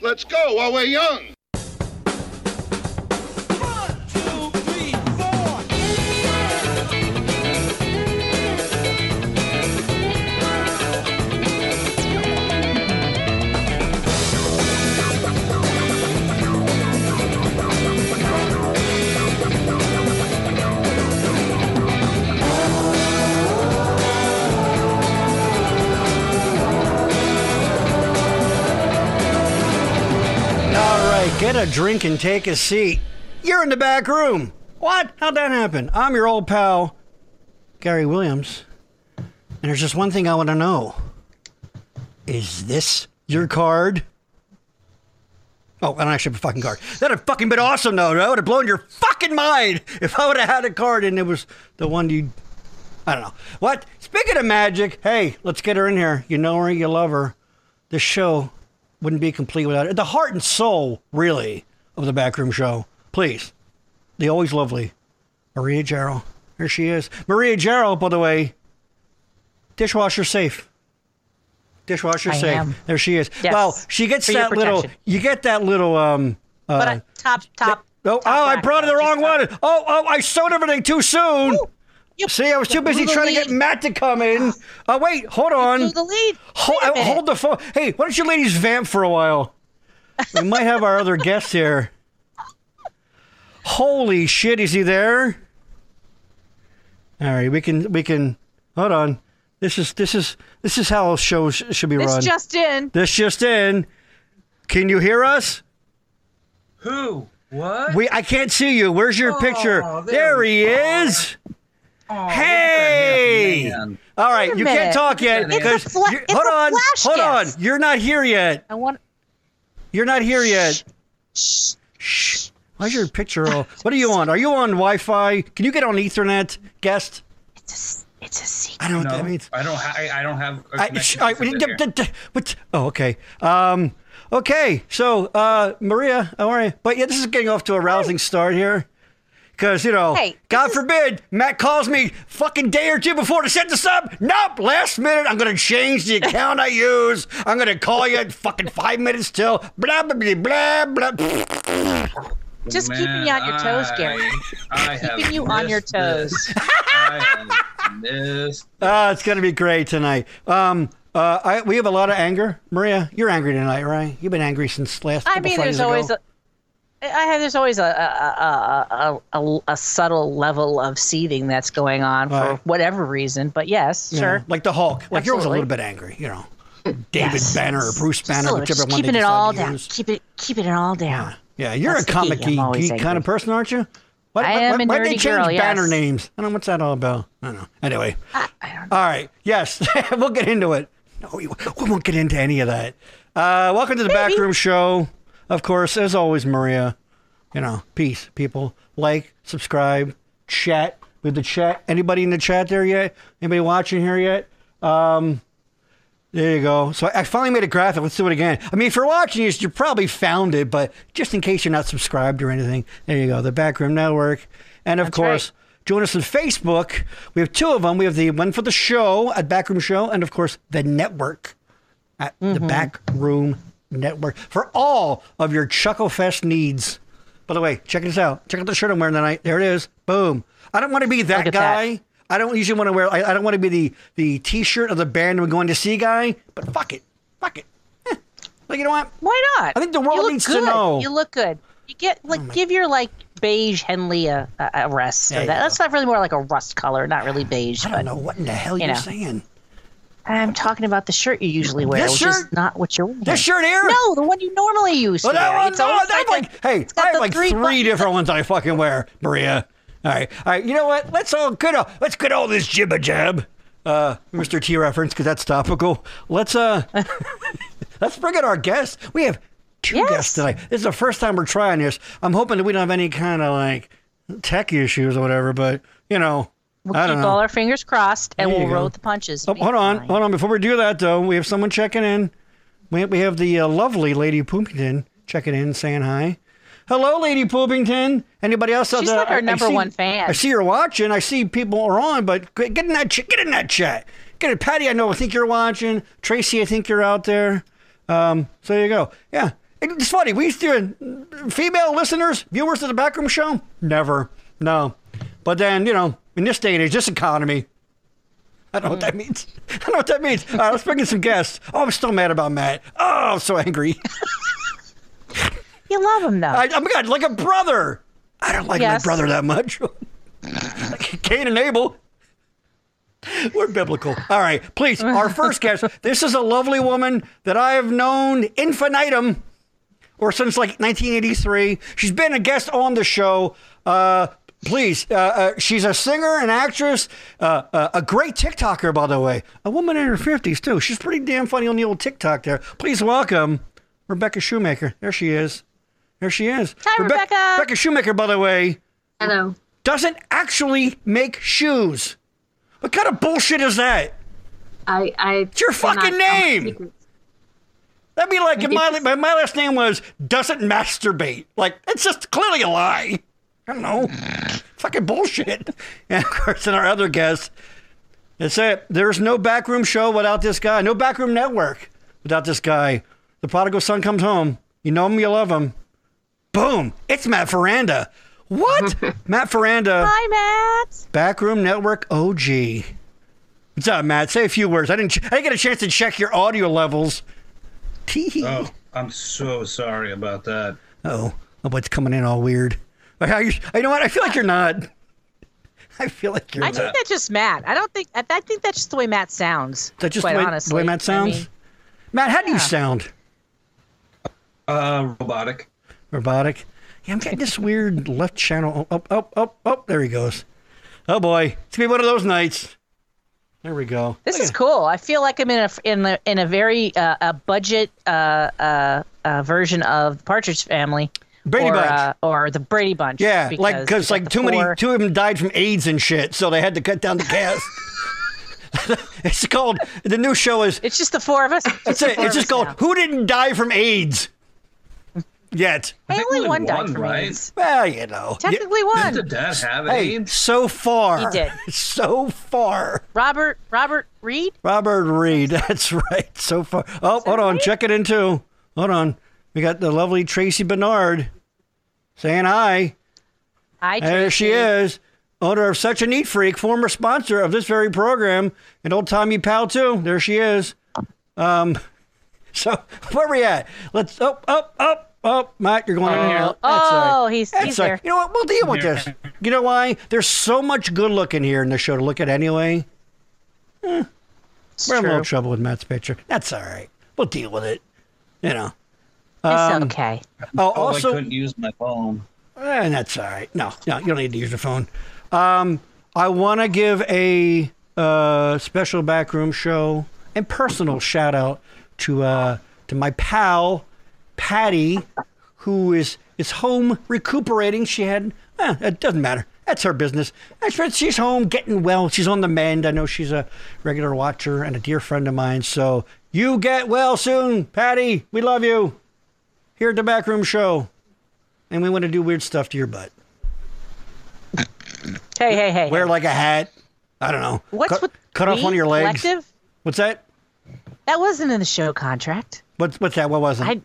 Let's go while we're young. All right, get a drink and take a seat. You're in the back room. What? How'd that happen? I'm your old pal, Gary Williams. And there's just one thing I want to know Is this your card? Oh, and I should have a fucking card. That'd have fucking been awesome, though. That would have blown your fucking mind if I would have had a card and it was the one you. I don't know. What? Speaking of magic, hey, let's get her in here. You know her, you love her. This show wouldn't be complete without her. The heart and soul, really, of the backroom show. Please. The always lovely Maria Jarrell. Here she is. Maria Jarrell, by the way, dishwasher safe. Dishwasher I safe. am. There she is. Yes. Well, she gets For your that little. protection. You get that little. Um. Uh, But I, top, top. oh, top oh! I rack, brought her the just wrong top. one. Oh, oh! I sewed everything too soon. You See, I was too busy blew the trying to get lead. Matt to come in. Oh, wait, hold on. blew the lead. Hold, Wait a minute. hold the phone. Hey, why don't you ladies vamp for a while? We might have our other guest here. Holy shit, is he there? All right, we can we can hold on. This is this is this is how shows should be run. This just in. This just in. Can you hear us? Who? What? We I can't see you. Where's your picture? Oh, there There we he is. hey. man. All right, a you can't minute. talk yet. It's a 'cause fla- you're- it's hold a on. flash hold guest. on. You're not here yet. I want. You're not here yet. Shh. Shh. Why's your picture all? What are you on? Are you on Wi-Fi? Can you get on Ethernet, guest? It's a, s- it's a secret. I don't know No, what that means. I don't. Ha- I, I don't have. a I, sh- connection I, to sit d- here. d- d- what- Oh, okay. Um, okay. So, uh, Maria, how are you? But yeah, this is getting off to a rousing start here. Because, you know, Hey, God this is- forbid, Matt calls me fucking day or two before to set this up. Nope, last minute, I'm going to change the account I use. I'm going to call you at fucking five minutes till blah, blah, blah, blah, blah. Just keeping you on your toes, Gary. I, I have Keeping you on your missed this. toes. I have missed. Uh, it's gonna be great tonight. Um, uh, I, we have a lot of anger, Maria. You're angry tonight, right? You've been angry since last. I couple mean, Fridays there's always. ago. A, I have. There's always a a, a, a, a a subtle level of seething that's going on for Right. whatever reason. But yes, You know, sure. like the Hulk. Like you're always a Absolutely. little bit angry, you know. David Yes. Banner or Bruce Banner, Absolutely. whichever Just one keeping they it decide all to down. use. Keep it. Keeping it all down. Yeah, you're That's a the key. comic I'm geek, always geek kind angry. of person, aren't you? What, I what- am a why did they nerdy change girl, banner yes. names? I don't know what's that all about. I don't know. Anyway, I don't all right. Yes, we'll get into it. No, we, we won't get into any of that. Uh, welcome to the Backroom Show. Of course, as always, Maria. You know, peace, people. Like, subscribe, chat with the chat. Anybody in the chat there yet? Anybody watching here yet? Um, There you go. So I finally made a graphic. Let's do it again. I mean, if you're watching this, you probably found it, but just in case you're not subscribed or anything, there you go. The Backroom Network. And of That's course, join us on Facebook. We have two of them. We have the one for the show at Backroom Show, and of course, the network at Mm-hmm. the Backroom Network for all of your Chuckle Fest needs. By the way, check this out. Check out the shirt I'm wearing tonight. There it is. Boom. I don't want to be that Look at that. guy. I don't usually want to wear. I, I don't want to be the the T-shirt of the band we're going to see guy. But fuck it, fuck it. Eh. Like you know what? Why not? I think the world you look needs to good. know. Oh You look good. You get like give your like beige Henley a, a, a rest. There So you that, go. that's not really more like a rust color, not really beige. I but don't know what in the hell you you're know. saying. I'm talking about the shirt you usually wear, This which is shirt? not what you're wearing. This shirt here. No, the one you normally use. Oh, that wear. one, It's no, always that's got like, the- hey, it's got I have the like three, buttons. different ones I fucking wear, Maria. All right, all right. You know what? Let's all good. Old, let's get all this jibba jab, uh, Mr. T reference, because that's topical. Let's uh, let's bring in our guest. We have two Yes. guests tonight. This is the first time we're trying this. I'm hoping that we don't have any kind of like tech issues or whatever. But you know, We'll I keep don't know. all our fingers crossed, and There you we'll roll go. with the punches. Oh, hold on, hold on. Before we do that, though, we have someone checking in. We, we have the uh, lovely Lady Poopington checking in, saying hi. Hello, Lady Poopington. Anybody else? out She's there? like our I- I number see- one fan. I see you're watching. I see people are on, but g- get in that ch- get in that chat. Get it, Patty. I know. I think you're watching. Tracy, I think you're out there. Um, so there you go. Yeah. It's funny. We used to female listeners, viewers to the backroom show. Never, no. But then you know, in this day and age, this economy. I don't know what Mm. that means. I don't know what that means. All right, let's bring in some guests. Oh, I'm still mad about Matt. Oh, I'm so angry. You love him though. I, oh my god, like a brother. I don't like Yes. my brother that much. Cain and Abel. We're biblical. All right, please. Our first guest. This is a lovely woman that I have known infinitum, or since like 1983. She's been a guest on the show. Uh, please. Uh, uh, she's a singer, an actress, uh, uh, a great TikToker, by the way. A woman in her 50s too. She's pretty damn funny on the old TikTok there. Please welcome Rebecca Shoemaker. There she is. There she is. Hi, Rebe- Rebecca. Rebecca Shoemaker, by the way, Hello. doesn't actually make shoes. What kind of bullshit is that? I, I. It's your fucking name! That'd be like if my, if my last name was doesn't masturbate. Like, it's just clearly a lie. I don't know. Fucking bullshit. And of course, in our other guest, that's it. There's no backroom show without this guy, no backroom network without this guy. The prodigal son comes home. You know him, you love him. Boom. It's Matt Ferranda. What? Matt Ferranda. Hi, Matt. Backroom Network OG. What's up, Matt? Say a few words. I didn't. Ch- I didn't get a chance to check your audio levels. Tee. Oh, I'm so sorry about that. Oh, oh, but it's coming in all weird. Like, how you, you know what? I feel like you're not. I feel like you're. I not. think that's just Matt. I don't think I, I think that's just the way Matt sounds. That's just quite the way, honestly. the way Matt I sounds. mean, Matt, how do you sound? Uh, robotic. Robotic. Yeah, I'm getting this weird left channel. Oh, oh, oh, oh! There he goes. Oh boy, it's gonna be one of those nights. There we go. this is cool. I feel like I'm in a in the in a very uh, a budget uh, uh, uh, version of Partridge Family. Brady or, Bunch. Uh, or the Brady Bunch. Yeah, like because you got like the too many four- two of them died from AIDS and shit, so they had to cut down the cast. it's called the new show is It's just the four of us. it's, the it, four it's just of us called now. Who Didn't Die from AIDS Yet. Hey, think only only one died one, from right? AIDS. Well, you know. You- Technically one. Did Dad have hey, AIDS? so far. He did. So far. Robert Robert Reed. Robert Reed, that's right. So far. Oh, hold on. Check it in too. Hold on. We got the lovely Tracy Bernard saying hi. I There she is, owner of Such a Neat Freak, former sponsor of this very program, and old Tommy pal too. There she is. Um, so where we at? Let's up, up, up, up. Matt, you're going in here. That's all Oh, right. he's he's That's all there. right. You know what? We'll deal with this. You know why? There's so much good looking here in the show to look at anyway. It's We're having a true. little trouble with Matt's picture. That's all right. We'll deal with it. You know. It's okay. Oh, Oh, I also, couldn't use my phone. And Eh, that's all right. No, no, you don't need to use your phone. Um, I want to give a uh, special backroom show and personal shout out to uh, to my pal Patty, who is is home recuperating. She had eh, it doesn't matter. That's her business. That's right. She's home, getting well. She's on the mend. I know she's a regular watcher and a dear friend of mine. So you get well soon, Patty. We love you. Here at the backroom show and we want to do weird stuff to your butt. Hey, hey, hey. Wear like a hat. I don't know. What's cut, with cut off we one of your legs? Collective? What's that? That wasn't in the show contract. What's what's that? What was it? I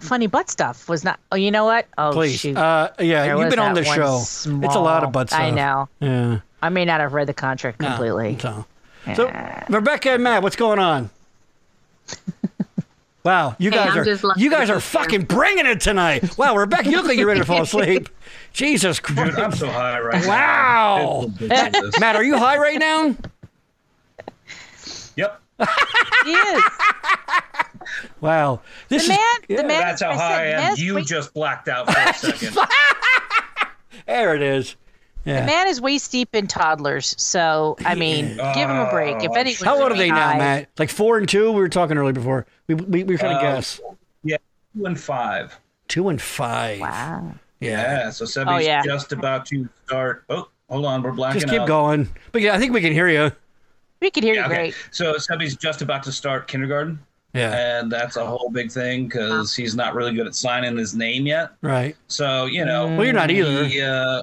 funny butt stuff was not. Oh, you know what? Oh, Please. shoot. Uh, yeah, There you've was been on that the one show. It's a lot small- of butt stuff. I know. Yeah. I may not have read the contract completely. So, so Rebecca and Matt, what's going on? Wow, you Hey, guys I'm just are lucky you guys to are be here. fucking bringing it tonight. Wow, Rebecca, you look like you're ready to fall asleep. Jesus Dude, Christ. I'm so high right Wow. now. Wow. Matt, are you high right now? yep. He is. Wow. This The man, is the man. That's how I said, high I man am. is You waist- just blacked out for a second. there it is. Yeah. man is waist deep in toddlers. So I mean, give him a break. If Oh, anyone's How old are they now, high- Matt? Like four and two? We were talking earlier before. We we, we were trying to Uh, guess. Yeah, two and five. Two and five. Wow. Yeah. Yeah, so Sebby's Oh, yeah. just about to start. Oh, hold on, we're blacking Just keep out. going. But yeah, I think we can hear you. We could hear Yeah, you okay. great. So Sebby's just about to start kindergarten, Yeah. and that's a whole big thing because he's not really good at signing his name yet. Right. So you know, Well, you're not either. Yeah.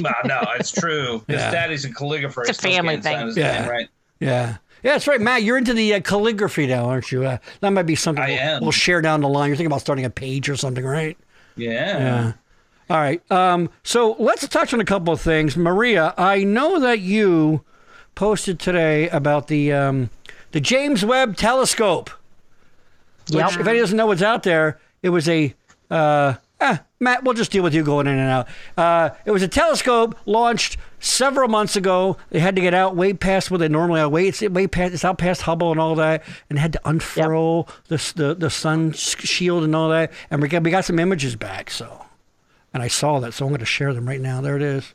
Nah, no, it's true. His Yeah. daddy's a calligrapher. It's a He still family can't sign thing. his Yeah. name, right? Yeah. Yeah, that's right, Matt. You're into the uh, calligraphy now, aren't you? Uh, that might be something I we'll, am. we'll share down the line. You're thinking about starting a page or something, right? Yeah. All right. Um, so let's touch on a couple of things. Maria, I know that you posted today about the um, the James Webb Telescope. Which, Yep. if anybody doesn't know what's out there, it was a uh, eh, Matt. We'll just deal with you going in and out. Uh, it was a telescope launched several months ago. They had to get out way past where they normally are. Way it's way past. It's out past Hubble and all that, and had to unfurl the s the the sun sh- shield and all that. And we got we got some images back. So, and I saw that. So I'm going to share them right now. There it is.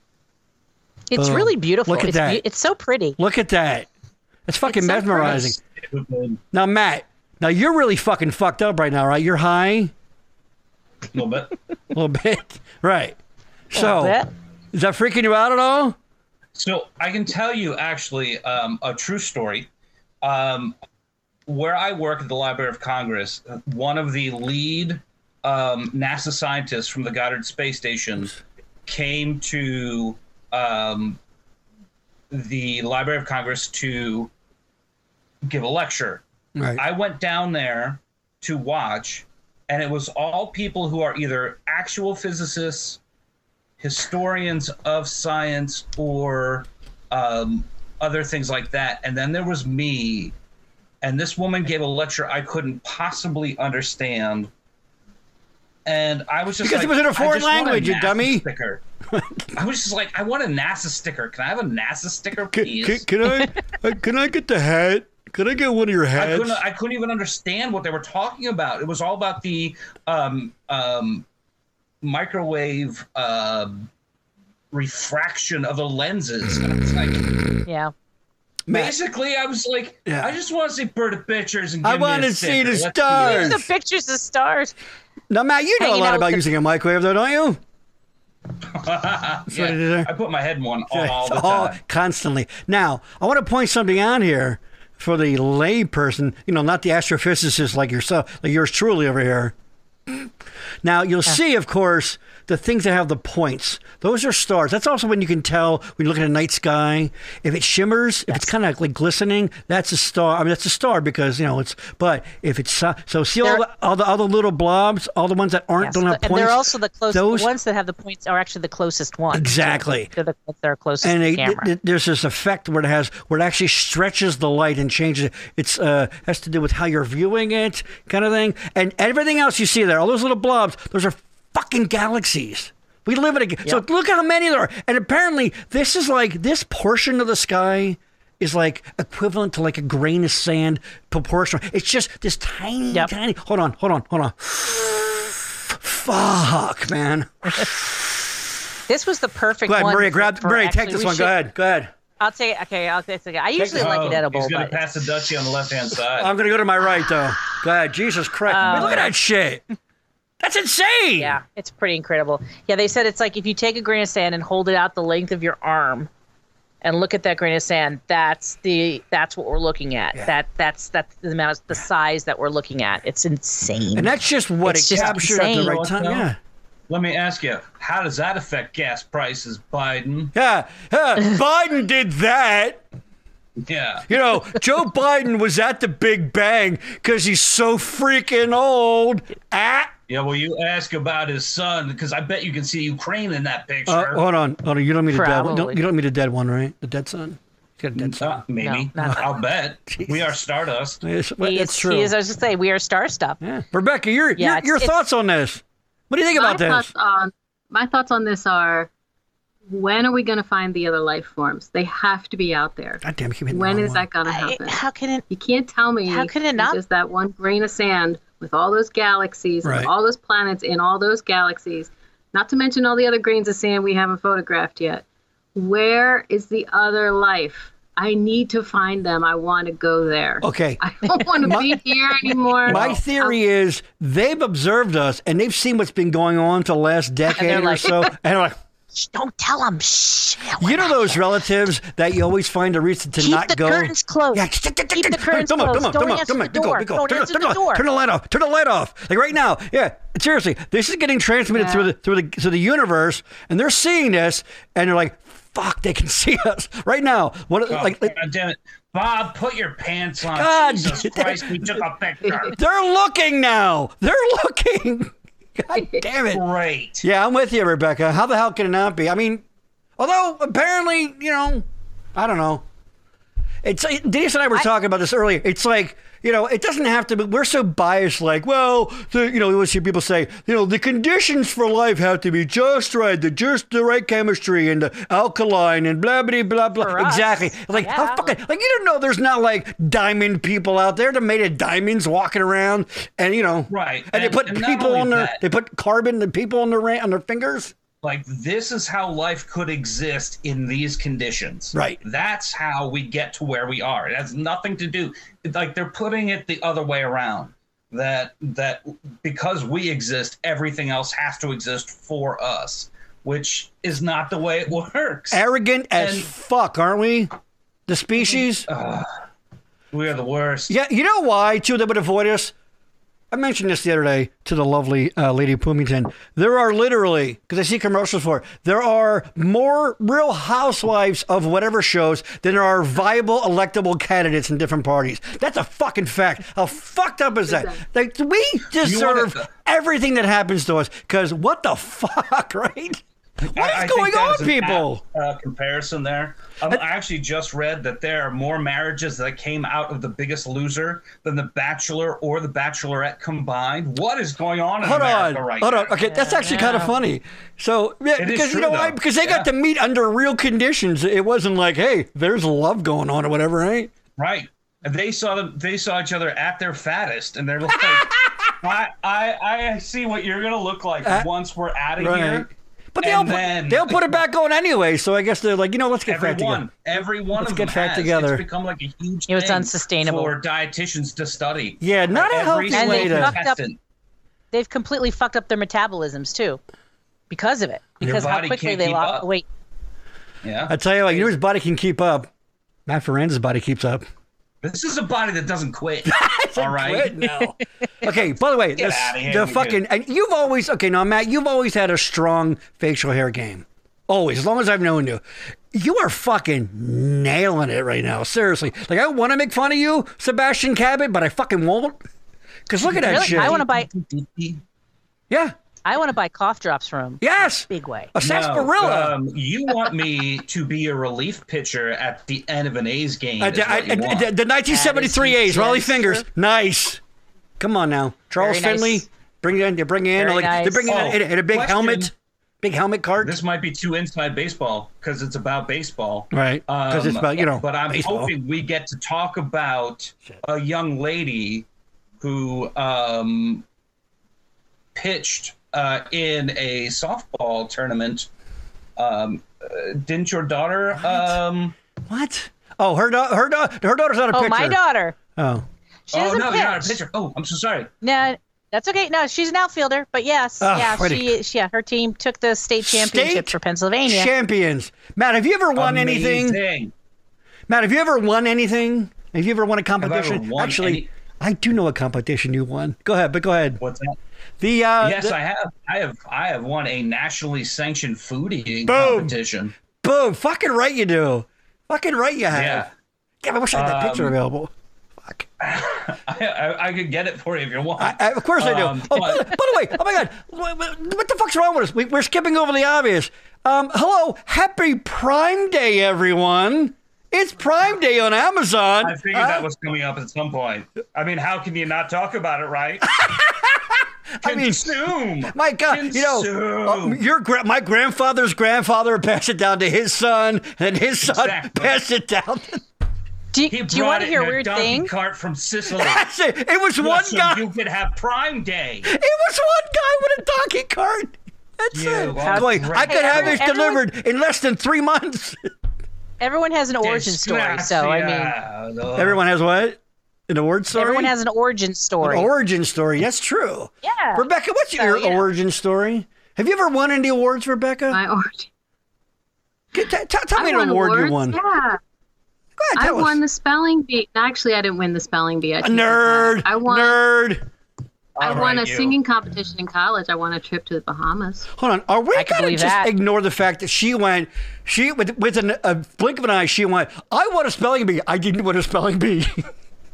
It's really beautiful. Look at it's, that. it's so pretty. Look at that. It's fucking It's so mesmerizing. A Now, Matt. Now you're really fucking fucked up right now, right? You're high. little bit. A little bit. Right. So, That- is that freaking you out at all? So I can tell you actually um, a true story. Um, where I work at the Library of Congress, one of the lead um, NASA scientists from the Goddard Space Station came to um, the Library of Congress to give a lecture. Right. I went down there to watch, and it was all people who are either actual physicists, historians of science, or um, other things like that. And then there was me, and this woman gave a lecture I couldn't possibly understand. And I was just Because it like, was in a "I foreign just want language, you NASA dummy." Sticker. I was just like, I want a NASA sticker. Can I have a NASA sticker, Can, please? can, can I uh, can I get the hat? Can I get one of your I hats? couldn't, I couldn't even understand what they were talking about. It was all about the um, um, microwave um refraction of the lenses. And I was like, yeah. Mm. Matt, basically, I was like, Yeah. I just want to see bird of pictures and I give me a wanna see sticker. the Let's do that. stars. The pictures of stars. now, Matt, you know a Hanging lot out about with the- using a microwave, though, don't you? Yeah. what I did there. I put my head in one all the It's all- time. constantly. Now, I want to point something out here for the lay person, you know, not the astrophysicist like yourself, like yours truly over here. Now, you'll see, of course, the things that have the points. Those are stars. That's also when you can tell when you look at a night sky. If it shimmers, if it's kind of like glistening, that's a star. I mean, that's a star because, you know, it's, but if it's, so so see all They're- the, all the other little blobs, all the ones that aren't, Yes. don't have and points. they're also the closest. Those- The ones that have the points are actually the closest ones. Exactly. They're the ones that are closest and to they, the camera. th- th- there's this effect where it has where it actually stretches the light and changes it. It's uh, has to do with how you're viewing it, kind of thing. And everything else you see there, all those little blobs, those are fucking galaxies. We live in a ga- so look how many there are. And apparently, this is like this portion of the sky is like equivalent to like a grain of sand proportional. It's just this tiny, Yep. tiny. Hold on, hold on, hold on. Fuck, man. this was the perfect Go ahead, one. Maria. for- Grab for Maria. actually- Take this we one. Go should- ahead. Go ahead. I'll take. Okay, I'll take. it. I usually like it Oh, edible, He's gonna but pass the Dutchie on the left hand side. I'm gonna go to my right though. God, Jesus Christ! Man, look at that shit. That's insane. Oh. yeah, it's pretty incredible. Yeah, they said it's like if you take a grain of sand and hold it out the length of your arm, and look at that grain of sand. That's the that's what we're looking at. That that's that's the amount, the size that we're looking at. It's insane. And that's just what It's it just captured at the insane. right time. Yeah. Let me ask you, how does that affect gas prices, Biden? Yeah, yeah. Biden did that. Yeah. You know, Joe Biden was at the Big Bang because he's so freaking old. Ah. Yeah, well, you ask about his son because I bet you can see Ukraine in that picture. Uh, hold on, hold on. You don't mean the dead. Don't, Probably. you don't mean the dead one, right? The dead son. He's got a dead son. Uh, maybe. No, not I'll bet. We are Stardust. Yes, well, He that's is- true. He is. I was just saying, we are star stuff. Yeah. Rebecca, your your, Yeah, your it's- it's- thoughts on this? What do you think about my this? Thoughts on, my thoughts on this are when are we going to find the other life forms? They have to be out there. God damn, I keep hitting the When wrong is one. that going to happen? how can it? you can't tell me How could it it's not- just that one grain of sand with all those galaxies Right. and all those planets in all those galaxies, not to mention all the other grains of sand we haven't photographed yet. Where is the other life? I need to find them. I want to go there. Okay. I don't want to be here anymore. My theory um, is they've observed us and they've seen what's been going on for the last decade or like- so. And they're like, Shh, don't tell him. Shh. you know those relatives that you always find a reason to Keep not the go. curtains closed. Yeah, Keep the curtains come on, come on, come closed. Don't on, answer come the on, go, door. go, go. Don't Turn, it- answer turn, the it- door. turn the light off. Turn the light off. Like right now. Yeah, seriously, this is getting transmitted Yeah. through the through the through the universe, and they're seeing this, and they're like, fuck, they can see us right now. What Oh, like, like God damn it. Bob, put your pants on. God Jesus damn- Christ, we took a picture. they're looking now. They're looking. God damn it. Great. Yeah, I'm with you, Rebecca. How the hell can it not be? I mean, although apparently, you know, I don't know. It's it- Denise and I were talking about this earlier. It's like you know, it doesn't have to. be We're so biased. Like, well, the, you know, we always see people say, you know, the conditions for life have to be just right, the just the right chemistry and the alkaline and blah blah blah blah. For us. Oh, Exactly. Like how Yeah. fucking like you don't know. There's not like diamond people out there that made of diamonds walking around, and you know, Right. And, And- they put and not people only on their that- they put carbon the people on their ra- on their fingers. Like, this is how life could exist in these conditions. Right. That's how we get to where we are. It has nothing to do. Like, they're putting it the other way around. That that because we exist, everything else has to exist for us, which is not the way it works. Arrogant as And- Mm-hmm. fuck, aren't we? The species. we are the worst. Yeah, you know why too? They would avoid us. I mentioned this the other day to the lovely uh, Lady Pumington. There are literally, because I see commercials for it, there are more real housewives of whatever shows than there are viable electable candidates in different parties. That's a fucking fact. How fucked up is that? Like, we deserve wanna- everything that happens to us because what the fuck, right? What is I- I think going that on, is an people? apt, uh, comparison there. Um, I actually just read that there are more marriages that came out of The Biggest Loser than The Bachelor or The Bachelorette combined. What is going on in Hold America on, right hold now? on. Okay, that's actually kind of funny. So, yeah, It is because you true, know why? though. Because they got to Yeah. meet under real conditions. It wasn't like, hey, there's love going on or whatever, right? Right. And They saw them. They saw each other at their fattest, and they're like, I, "I, I see what you're gonna look like once we're out of Uh, Right. here." But they'll And put, then- they'll put it back on anyway. So I guess they're like, you know, let's get back together. Everyone, every one Let's of get them back has. together. It's become like a huge. It was thing unsustainable. for dietitians to study. Yeah, not a Every healthy way single And they to. fucked up- contestant. They've completely fucked up their metabolisms too, because of it. Because how body quickly can't they keep lost up. weight. Yeah. I tell you what, you know his body can keep up. Matt Ferenz's body keeps up. This is a body that doesn't quit. all right. Quit now. okay, by the way, this, outta here, the you fucking and you've always okay now, Matt. You've always had a strong facial hair game. Always, as long as I've known you, you are fucking nailing it right now. Seriously, like I want to make fun of you, Sebastian Cabot, but I fucking won't. Cause look at that Really, shit. I want to buy. yeah. I want to buy cough drops from him. Yes. Big way. A sarsaparilla. No, um, you want me to be a relief pitcher at the end of an A's game. Uh, is the, I- what you the- want. the 1973 That A's, is- Raleigh that is Fingers. true. Nice. Come on now. Charles Very Finley. nice. Bring in, they bring in, Very like, they're nice. bringing Oh, in, in, a big question. helmet, big helmet cart. this might be too inside baseball because it's about baseball. Um, Right, 'cause it's about, you know, But I'm baseball. hoping we get to talk about a young lady who um, pitched uh, in a softball tournament. Um, uh, didn't your daughter? Um, What? Oh, her da- her da- her daughter's not a Oh, pitcher. my daughter. Oh, She oh doesn't no, pitch. you're not a pitcher. Oh, I'm so sorry. No, that's okay. No, she's an outfielder, but yes, Ugh, yeah, way to she is. Yeah, her team took the state championship Ah, State for Pennsylvania. champions. Matt, have you ever won anything? Amazing. Matt, have you ever won anything? Have you ever won a competition? won Actually, any- I do know a competition you won. Go ahead, but go ahead. What's that? The uh, Yes, the- I have. I have. I have won a nationally sanctioned food eating Boom. competition. boom, fucking right you do. Fucking right you have. Yeah, Um, Damn, I wish I had that picture available. Fuck. I, I, I could get it for you if you want. I, I, of course I do. Um, oh, by, but- the- by the way, oh my God, what, what- what the fuck's wrong with us? We, we're skipping over the obvious. Um, hello, happy Prime Day, everyone. It's Prime Day on Amazon. I figured that was coming up at some point. I mean, how can you not talk about it, right? I mean, Consume. my God, you know, um, Consume. your gra- my grandfather's grandfather passed it down to his son, and his son Exactly. passed it down. To- Do, He you- do you want brought to it hear in a weird donkey thing? Cart from Sicily. That's it. It was one so guy. you could have Prime Day. It was one guy with a donkey cart. That's Yeah, it. well, I'm going, I great. could have this Everyone- delivered in less than three months. Everyone has an origin story, so uh, I mean, mean, Everyone has what? An award story? everyone has an origin story. origin story. That's true. Yeah. Rebecca, what's So, your you know. origin story? Have you ever won any awards, Rebecca? My origin. T- t- tell me I an won award you awards, won. Go Yeah, ahead, I tell won us. the spelling bee. Actually, I didn't win the spelling bee. I A nerd. I won. Nerd. I won a you. singing competition in college. I won a trip to the Bahamas. Hold on. Are we I going can to believe just that. ignore the fact that she went, she with, with an, a blink of an eye, she went, I want a spelling bee. I didn't want a spelling bee.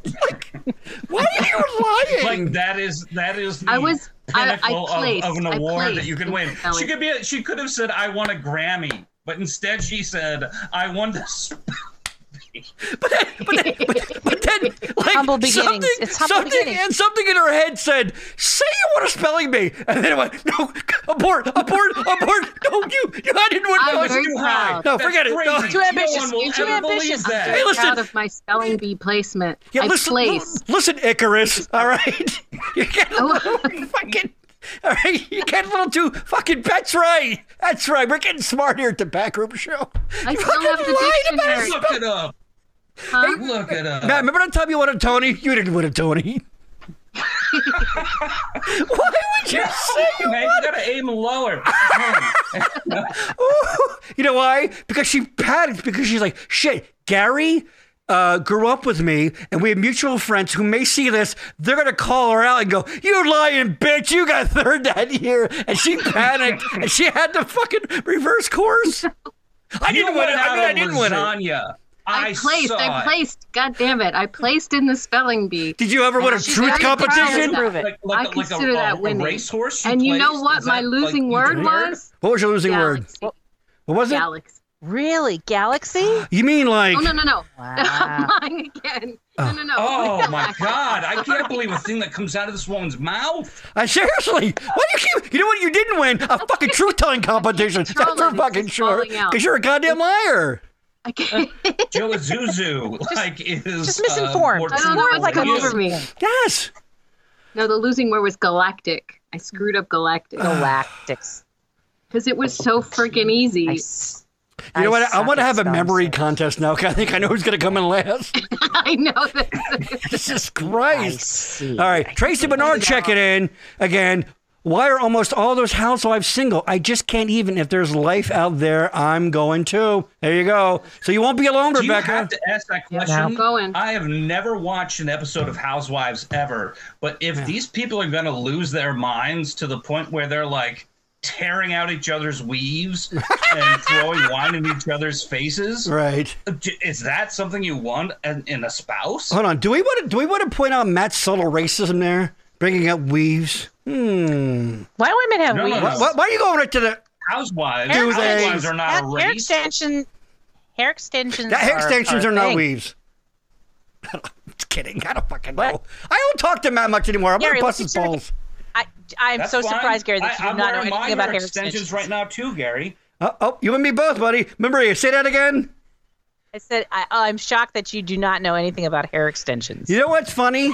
like, why are you lying? Like that is that is the I was- I- I pinnacle of- placed- of, an I award that placed you can in win. spelling. She could be. A, she could have said, "I want a Grammy," but instead she said, "I won this." but, then, but, then, but, but then, like, Humble beginnings. something, It's humble something, beginnings. And something in her head said, say you want a spelling bee. And then it went, no, abort, abort, abort. No, you, you, I didn't want I'm no, That's very too high. proud. No, That's forget it. crazy. No. No Too ambitious. one will You're too ever believe ambitious. that. Very listen. proud of my spelling bee placement. Yeah, I listen, placed. listen, Icarus. All right, you get a Oh. little fucking. All right, you get a little too fucking. That's right. That's right. We're getting smart here at the backroom show. I You still fucking have the lied about dictionary. it. Look it up. Huh? Look it up. Matt, remember that time you won a Tony? You didn't win a Tony. Why would you say you? Man, you gotta aim lower. Ooh. You know why? Because she panicked because she's like, shit, Gary uh, grew up with me and we have mutual friends who may see this. They're going to call her out and go, you lying bitch, you got third that year. And she panicked and she had to fucking reverse course. I You didn't win it. went I mean, out I on didn't win it. lasagna. I, placed. Saw I it. placed. God damn it! I placed in the spelling bee. Did you ever win a She's truth very proud of competition? that. Prove it. Like, like, I a- like consider a, that a, winning. A racehorse and you know placed? what? Is My that, losing like, word you was What was your losing word? galaxy. What was it? Galaxy. Really, Galaxy? You mean like Oh no no no! Wow. Mine again. No no no. Oh my God! I can't believe a thing that comes out of this woman's mouth. I seriously, what do you keep? You know what? You didn't win a fucking truth telling competition. That's for trolling. It's fucking just sure. falling out. Because you're a goddamn liar. I, can't. Joe Azuzu, like is just uh, misinformed. more I don't know truthful what's Like than come you. over me. Yes. No, the losing word was galactic. I screwed up galactic Galactics. because it was so freaking easy. I s- You know what? I suck want to at have a spelling memory saves. contest now. 'cause I think I know who's going to come in last. I know that. Jesus I Christ. see. All right. Tracy Bernard checking in again. Why are almost all those housewives single? I just can't even. If there's life out there, I'm going too. There you go. So you won't be alone, Do you Rebecca. have to ask that question? I'm going. I have never watched an episode of Housewives ever, but if these people are going to lose their minds to the point where they're like tearing out each other's weaves and throwing wine in each other's faces, right. d- is that something you want in, in a spouse? Hold on. Do we want to? Do we want to point out Matt's subtle racism there, bringing up weaves? Why do women have No, no, weaves? no. Why, why are you going right to the? Housewives, Do they- housewives are not a Hair- Hair race. extension. Hair extensions. That hair are- extensions are, a not thing. weaves. I'm just kidding. I don't fucking know. I don't talk to Matt much anymore. I'm Gary, gonna bust his let's hear balls. I, I'm That's so fine. surprised, Gary, that you I- do I'm not know wearing my anything about hair hair extensions, extensions. right now too, Gary. Oh, oh, you and me both, buddy. Remember, you say that again. I said I, I'm shocked that you do not know anything about hair extensions. You know what's funny?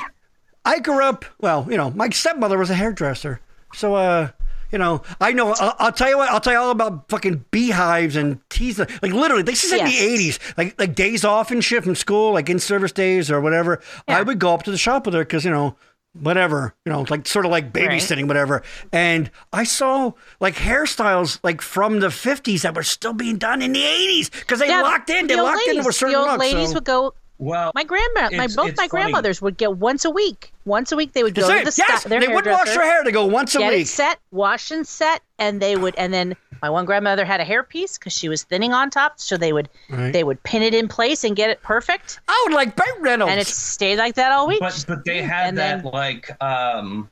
I grew up. Well, you know, my stepmother was a hairdresser, so uh, you know, I know. I'll, I'll tell you what. I'll tell you all about fucking beehives and teas. Like literally, this is in Yes. the eighties. Like like days off and shit from school, like in service days or whatever. I would go up to the shop with her because you know. Whatever, you know, like sort of like babysitting, whatever. And I saw like hairstyles like from the 50s that were still being done in the 80s because they Yeah, locked in. They the old locked ladies, into a certain The old look. ladies so- would go. Well, My grandma, my It's- both it's my funny. grandmothers would get once a week. Once a week, they would The go same. to the yes, sta- their they would wash hairdresser, their hair. They go once a get week. it set, wash and set, and they would. And then my one grandmother had a hairpiece because she was thinning on top, so they would Right. they would pin it in place and get it perfect, I would like Burt Reynolds. and it stayed like that all week. Oh, but but they had And that then- like um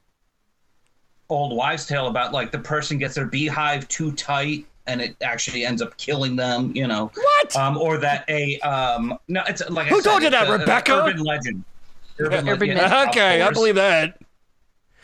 old wives tale about like the person gets their beehive too tight and it actually ends up killing them you know What? um or that a um no it's like Who I said, told you it's that, a- a Rebecca? urban legend urban, Urban legend. myth. okay, I believe that.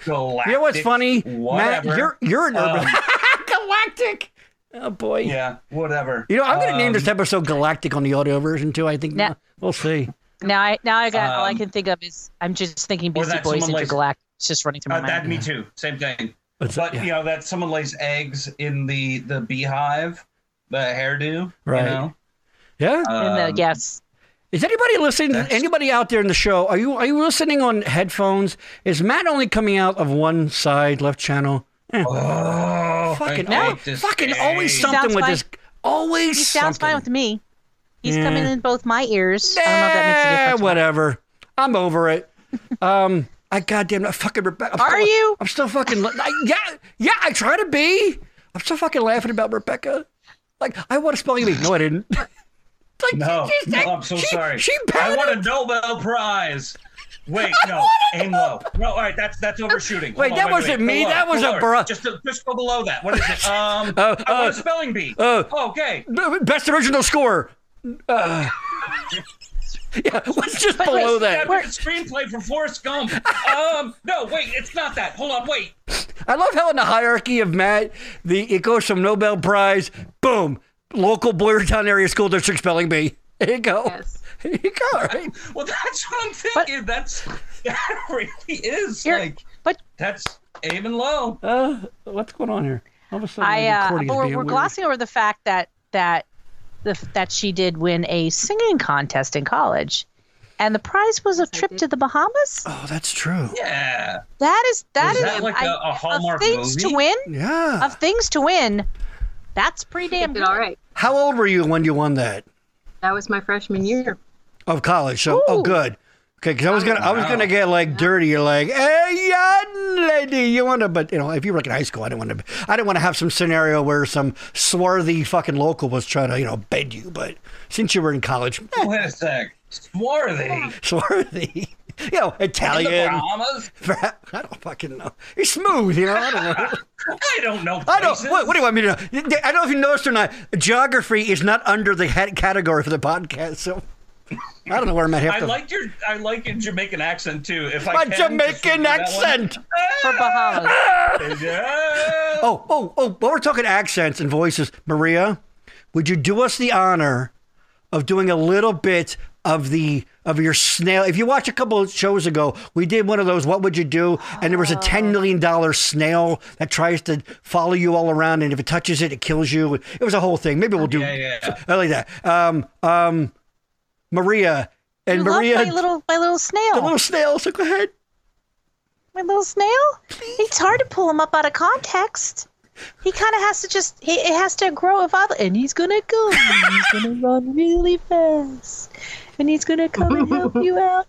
galactic, You know what's funny, whatever. Matt? You're you're an urban Um, galactic. Oh boy. yeah whatever You know, I'm gonna name Um, this episode Galactic on the audio version too. I think Now- we'll see. now I now I got all I Um, can think of is I'm just thinking or Beastie that Boys someone likes- Intergalactic. It's just running through my Uh, that mind. me too. Same thing. What's but that? Yeah. you know that someone lays eggs in the the beehive, the hairdo. Right. You know? Yeah. In the Um, uh, yes, Is anybody listening? that's- Anybody out there in the show? Are you are you listening on headphones? Is Matt only coming out of one side left channel? Eh, Oh, fucking I hate al- this fucking always egg. sound- something with fine. this. Always he sounds something. fine with me. He's Yeah. coming in both my ears. I don't know if that makes a Eh, difference. whatever. I'm over it. Um, I goddamn I fucking Rebecca. I'm Are still- you? I'm still fucking. la- I, yeah, yeah. I try to be. I'm still fucking laughing about Rebecca. Like I want to spell you leave. No, I didn't. It's like, No, she's- no, I'm so she- sorry. She I panicked. want a Nobel Prize. Wait, no, aim low. No, all right, that's that's overshooting. Hold Wait, that wasn't me, Below, that was a below it. bra- Just a- just go below that. What is it? Um, Oh, I want oh, a spelling bee. oh. okay. Best original score. Uh, yeah, what's just below wait, that? That was a screenplay from Forrest Gump. um, no, wait, it's not that. Hold on, wait. I love how in the hierarchy of Matt, the it goes from Nobel Prize, boom, local Boyertown area school district spelling bee. There you go. Yes. There you go. all Right? Well, that's what I'm thinking. that's that really is You're- like but that's aiming low. Uh, what's going on here? All of a sudden, I, the uh, recording but is we're, being we're weird. glossing over the fact that that the f- that she did win a singing contest in college, and the prize was a trip did. to the Bahamas. Oh, that's true. Yeah. That is that Was is that like I- a- a Hallmark of things movie? to win. Yeah. Of things to win, that's pretty damn Did good. all right. How old were you when you won that That was my freshman year. Oh of college? So, oh, Ooh. good. Okay, because I was gonna, I was Wow. gonna get like dirty, like, hey, young lady, you want to, but you know, if you were like in high school, I didn't want to, I didn't want to have some scenario where some swarthy fucking local was trying to, you know, bed you. But since you were in college, eh, Wait a sec. Swarthy. swarthy, you know, In the Italian. Bahamas? I don't fucking know. He's smooth, you know. I don't know. I don't know. I don't. places. What, what do you want me to know? I don't know if you noticed or not. Geography is not under the head category for the podcast, so I don't know where I'm at. I Half the- like your I like your Jamaican accent too. If my I can, just Jamaican that accent. for Bahamas. one. Yeah. Oh, oh, oh! While we're talking accents and voices, Maria, would you do us the honor of doing a little bit of the of your snail? If you watch a couple of shows ago, we did one of those. What would you do? And there was a Oh. ten million dollar snail that tries to follow you all around, and if it touches it, it kills you. It was a whole thing. Maybe we'll do Yeah, yeah, yeah. I like that. Um, um, Maria and You Maria, love my little my little snail. the little snail. So go ahead. my little snail. It's hard to pull him up out of context. He kind of has to just he it has to grow evolve, and he's gonna go. And he's gonna run really fast, and he's gonna come and help you out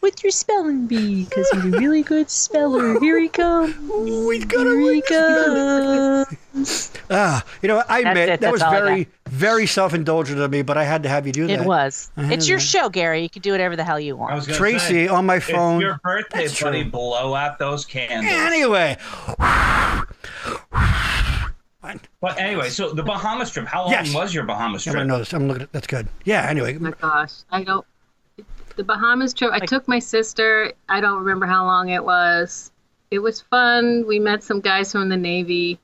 with your spelling bee because he's a really good speller. Here he comes. We got Here he a comes. Ah, you know, I admit it, that that's was all I very, very self-indulgent of me, but I had to have you do that. It was. It's your show, Gary. You can do whatever the hell you I want. was gonna Tracy say, on my if phone. your birthday That's buddy true. blow out those candles. Anyway, But anyway, so the Bahamas trip. How long Yes. was your Bahamas I trip? don't know this. I'm looking. At, that's good. Yeah. Anyway, my gosh, I don't. The Bahamas trip. I took my sister. I don't remember how long it was. It was fun. We met some guys from the Navy.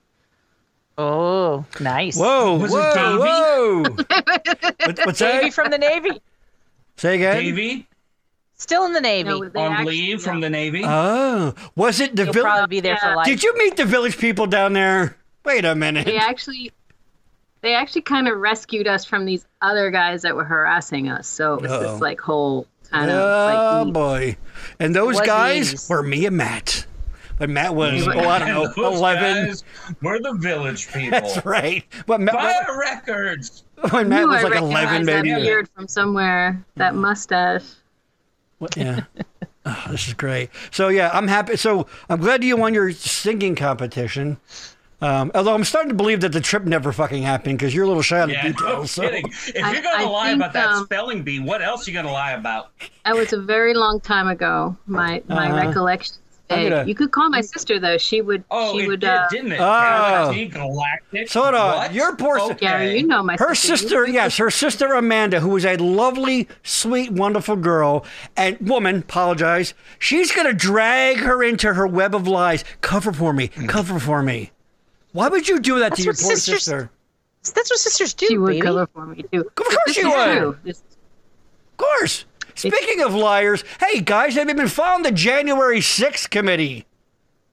Oh, nice. whoa, Was it Davey? whoa, whoa. what, what's Davey that? from the Navy, Say again. Navy still in the Navy. No, they on actually- leave yeah. from the Navy. Oh, was it the He'll village? probably be there for Yeah. life. Did you meet the village people down there? Wait a minute. They actually, they actually kind of rescued us from these other guys that were harassing us. So it was Uh-oh. this like whole kind of Oh like. neat- boy! And those was the guys 80s. were me and Matt. But Matt was, oh, I don't know, Those eleven. guys We're the village people. That's right. But Matt, Fire records. when Matt Ooh, was I like eleven, recognize That maybe. Mm. beard from somewhere. That mustache. Yeah. Oh, this is great. So yeah, I'm happy. So I'm glad you won your singing competition. Um, although I'm starting to believe that the trip never fucking happened because you're a little shy on Yeah, the no details. so- kidding. If I- you're gonna I lie think, about that um, spelling bee, what else you gonna lie about? That was a very long time ago. My my Uh-huh. recollection. I'm gonna- You could call my sister though. She would. Oh, she it would. did, uh, didn't Oh. it? Galaxy, Galactic. So hold on, what? your poor- Okay. Gary, you know my Her sister. You- sister, yes, her sister Amanda, who was a lovely, sweet, wonderful girl and woman, apologize. She's going to drag her into her web of lies. Cover for me. Cover for me. Why would you do that to That's your what poor sisters- sister? That's what sisters do, She would baby. cover for me too. Of course this she is would. True. This- Of course. Speaking of liars, hey guys, have you been following the January 6th committee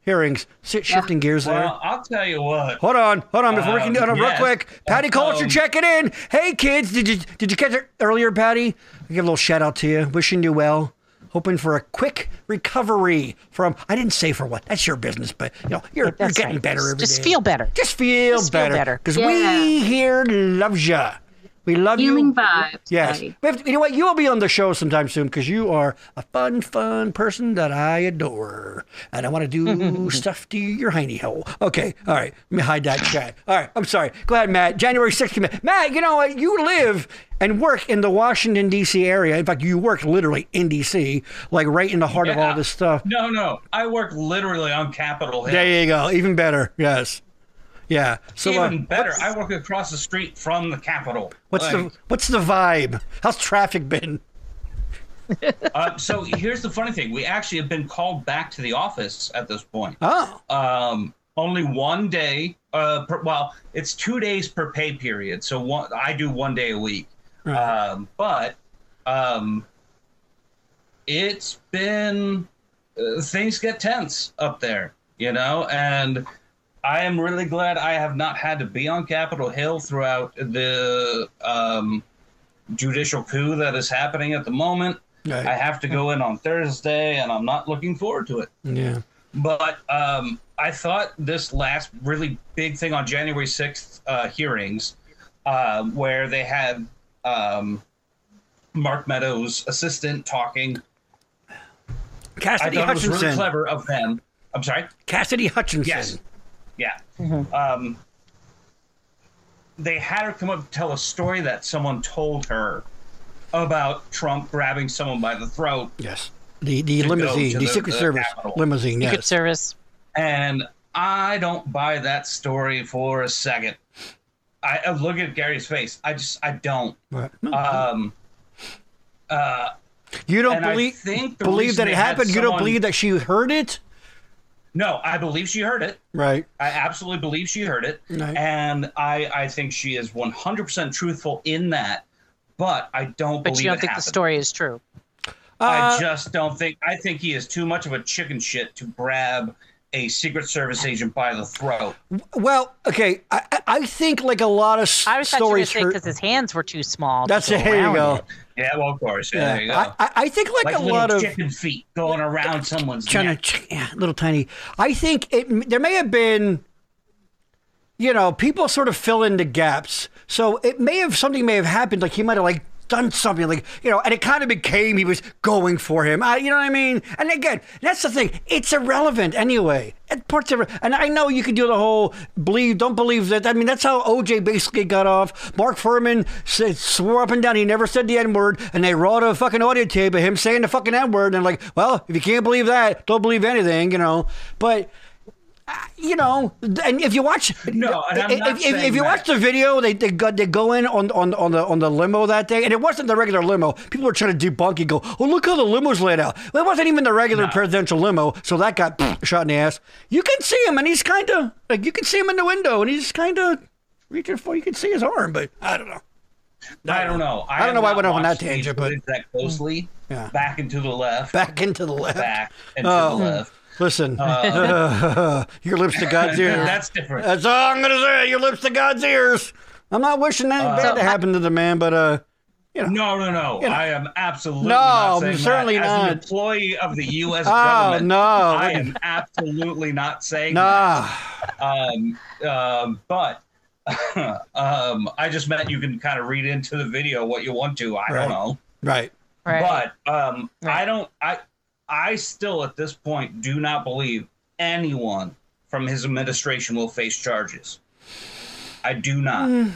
hearings? Si- Shifting gears there. Well, I'll tell you what. Hold on, hold on. Before we can Um, do it, real yes. quick, Patty Culture Um, checking in. Hey kids, did you did you catch it earlier, Patty? I give a little shout out to you. Wishing you well. Hoping for a quick recovery from. I didn't say for what. That's your business, but you know you're, you're That's getting right. better every day. Just feel better. Just feel Just feel better. better. Because Yeah. we here loves ya. We love you. Healing vibes. Yes. buddy. We have to- you know what? You will be on the show sometime soon because you are a fun, fun person that I adore. And I want to do stuff to your hiney hole. Okay. All right. Let me hide that chat. All right. I'm sorry. Go ahead, Matt. January 6th. commit- Matt, you know what? You live and work in the Washington, D.C. area. In fact, you work literally in D.C., like right in the heart of all Yeah. this stuff. No, no. I work literally on Capitol Hill. There you go. Even better. Yes. Yeah. So, uh, Even better, I work across the street from the Capitol. what's the Like, what's the vibe? How's traffic been? uh, so here's the funny thing: we actually have been called back to the office at this point. Oh, um, only one day. Uh, per, well, it's two days per pay period, so one, I do one day a week. Um, but um, it's been uh, things get tense up there, you know, and I am really glad I have not had to be on Capitol Hill throughout the um, judicial coup that is happening at the moment. Right. I have to go in on Thursday, and I'm not looking forward to it yeah. but um, I thought this last really big thing on January 6th uh, hearings, um, where they had um, Mark Meadows' assistant talking, I Cassidy thought it was Hutchinson. really clever of them. I'm sorry? Cassidy Hutchinson. Yes. Yeah. Um, they had her come up and tell a story that someone told her about Trump grabbing someone by the throat Yes. The the To go limousine, to the the- Secret the Service Capitol. limousine. Secret Yes. Service. and I don't buy that story for a second. I, I look at Gary's face. I just I don't. Right. No. Um, you don't and I believe think the believe reason that it they had happened. You don't someone- believe that she heard it. no, I believe she heard it. Right. I absolutely believe she heard it, Right. and I I think she is one hundred percent truthful in that. But I don't But believe you don't it think happened. the story is true. I Uh, just don't think. I think he is too much of a chicken shit to grab a Secret Service agent by the throat. well, okay. I, I- I think like a lot of s- I was thought you were going stories. to say heard- because his hands were too small. to that's go it. Here you around go. it. Yeah, well, of course. Yeah, there you go. I, I I think like, like a little lot of chicken feet going around someone's trying neck. to yeah, little tiny. I think it there may have been, you know, people sort of fill in the gaps. So it may have something may have happened. Like he might have like done something like you know, and it kind of became he was going for him. I, you know what I mean? And again, that's the thing. It's irrelevant anyway. It parts of and I know you can do the whole believe don't believe that. I mean, that's how OJ basically got off. Mark Furman said, swore up and down he never said the N word, and they wrote a fucking audio tape of him saying the fucking N word. And like, well, if you can't believe that, don't believe anything, you know. But uh, you know, and if you watch, No, and I'm if, not if- if saying you that. watch the video, they they go, they go in on, on on the on the limo that day, and it wasn't the regular limo. People were trying to debunk and go, "Oh, look how the limo's laid out." Well, it wasn't even the regular presidential limo, so that got pfft, shot in the ass. You can see him, and he's kind of like you can see him in the window, and he's kind of reaching for. You can see his arm, but I don't know. I don't know. I don't know have why I not went off on watched that tangent, these but- footage that closely. Yeah. Back and to the left. Back into the left. Back and to Oh. the left. Listen, Uh, your lips to God's ears. That's different. That's all I'm gonna say. Your lips to God's ears. I'm not wishing Uh, anything bad to happen to the man, but uh, no, no, no. I am absolutely No, not saying I'm certainly that. As not. an employee of the U.S. Oh, government, no. I am absolutely not saying that. nah. Um, um, but um, I just meant you can kind of read into the video what you want to. I Right. don't know. Right. Right. But um, Right. I don't. I I still at this point do not believe anyone from his administration will face charges. I do not. Hmm.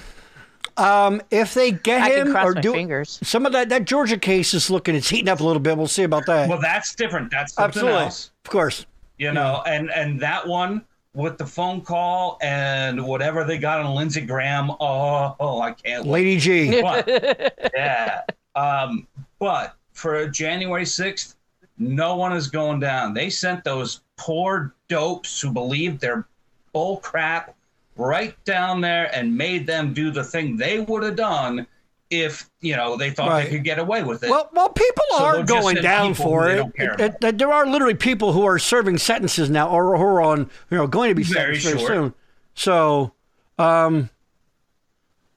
Um, if they get I him can cross or my do fingers. some of that that Georgia case is looking it's heating up a little bit. We'll see about that. Well, that's different. That's something Absolutely, else. of course. You know, and and that one with the phone call and whatever they got on Lindsey Graham. Oh, oh I can't. wait. Lady G. But, yeah. Um, but for January 6th, no one is going down. They sent those poor dopes who believed their bull crap right down there and made them do the thing they would have done if, you know, they thought Right. they could get away with it. Well, well, people So are they'll just going send down people for who they it. don't care It- it- There are literally people who are serving sentences now, or who are on, you know, going to be Very sentenced very short. soon. So, um,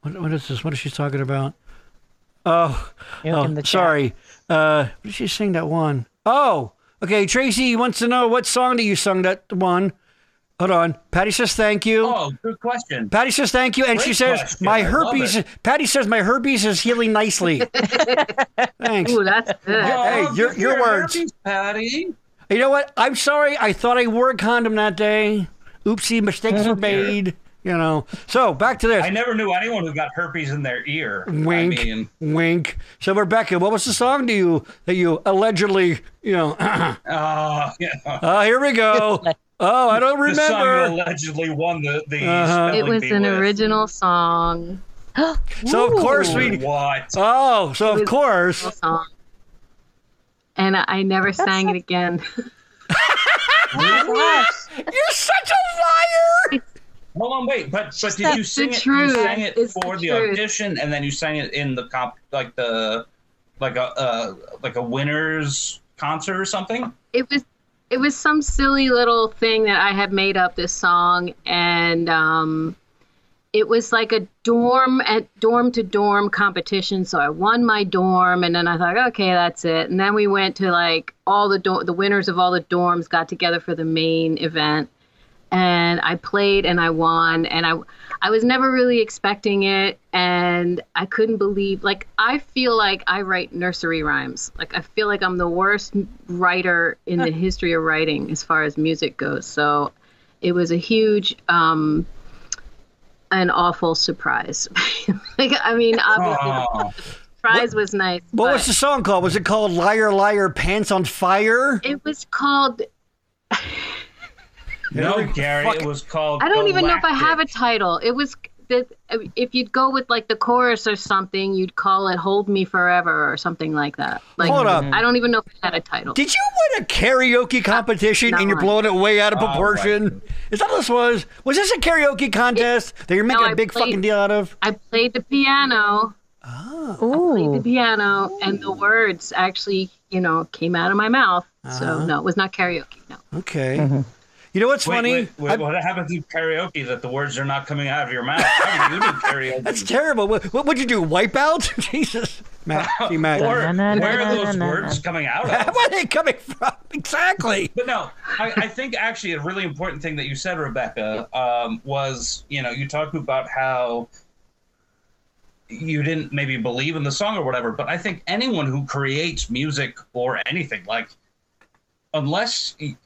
what, what is this? What is she talking about? Oh, Look in oh the chat. sorry. Uh, what did she sing that one? Oh, okay. Tracy wants to know what song that you sung that one. Hold on. Patty says thank you. Oh, good question. Patty says thank you, and she Great says question. my I love herpes. it. Patty says my herpes is healing nicely. Thanks. Ooh, that's good. hey, Oh, your- good your for words. herpes, Patty. You know what? I'm sorry. I thought I wore a condom that day. Oopsie, mistakes were made. You know. So back to this. I never knew anyone who got herpes in their ear. Wink, I mean, wink. So Rebecca, what was the song to you that you allegedly, you know? uh, yeah. Oh, here we go. Oh, I don't the song you remember. allegedly won the the. Uh-huh. it spelling was bee an with. original song. So of course we- What? Oh, so of was- course. song. And I- I never sang it again. You're such a liar. Hold on, wait. But but that's did you sing the it? truth. You sang it It's the for the, truth. audition, and then you sang it in the comp, like the like a uh, like a winners concert or something. It was it was some silly little thing that I had made up this song and um it was like a dorm at dorm to dorm competition. So I won my dorm, and then I thought, okay, that's it. And then we went to like all the dor- the winners of all the dorms got together for the main event, and I played and I won, and I I was never really expecting it, and I couldn't believe like I feel like I write nursery rhymes. Like I feel like I'm the worst writer in the history of writing as far as music goes. So it was a huge um, an awful surprise. like, I mean, obviously, Oh, the surprise was nice. What but was the song called? Was it called "Liar, Liar, Pants on Fire"? It was called. no, Every Gary, fuck- it was called. I don't even know if I have a Galactic. title. It was that if you'd go with like the chorus or something, you'd call it "Hold Me Forever" or something like that. Like, Hold up. I don't even know if it had a title. Did you win a karaoke competition no, and you're Oh, I- blowing it way out of my proportion? Is that what this was? Was this a karaoke contest that you're making No, a I big played- fucking deal out of? I played the piano, played the Ooh. piano, and the words actually, you know, came out of my mouth. So Uh-huh. no, it was not karaoke. No. Okay. You know what's Wait, funny? wait, wait, I- what happens in karaoke that the words are not coming out of your mouth? How do you do karaoke? That's terrible. What, what would you do? Wipe out? Jesus, Matt. See, Matt. Or Where na, na, where na, are those na, na, words na. coming out of? are they coming from? Exactly. But no, I, I think actually a really important thing that you said, Rebecca, um, was you know you talked about how you didn't maybe believe in the song or whatever. But I think anyone who creates music or anything like, unless y-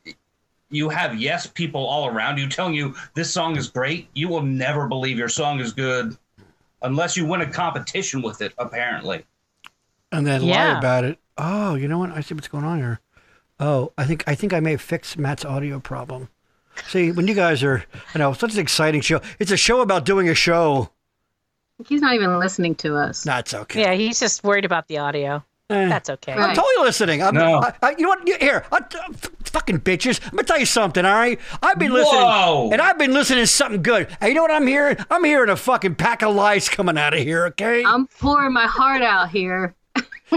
you have yes people all around you telling you this song is great, you will never believe your song is good unless you win a competition with it. Apparently, and then lie Yeah. about it. Oh, you know what? I see what's going on here. Oh, I think I think I may have fixed Matt's audio problem. See, when you guys are, I know, it's such an exciting show. It's a show about doing a show. He's not even listening to us. That's okay. Yeah, he's just worried about the audio. Eh. That's okay. I'm Right. totally listening. I'm, No. I, I, you know what? You- Here, I, f- fucking bitches. I'm gonna tell you something. All right, I've been listening, Whoa. and I've been listening to something good. And you know what I'm hearing? I'm hearing a fucking pack of lies coming out of here. Okay, I'm pouring my heart out here.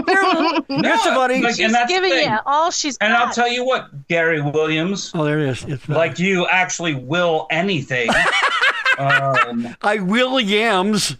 here's somebody. like, She's and that's the giving thing. you all she's And got. I'll tell you what, Gary Williams. oh, there it is. It's, uh, like you actually will anything. um, I will yams.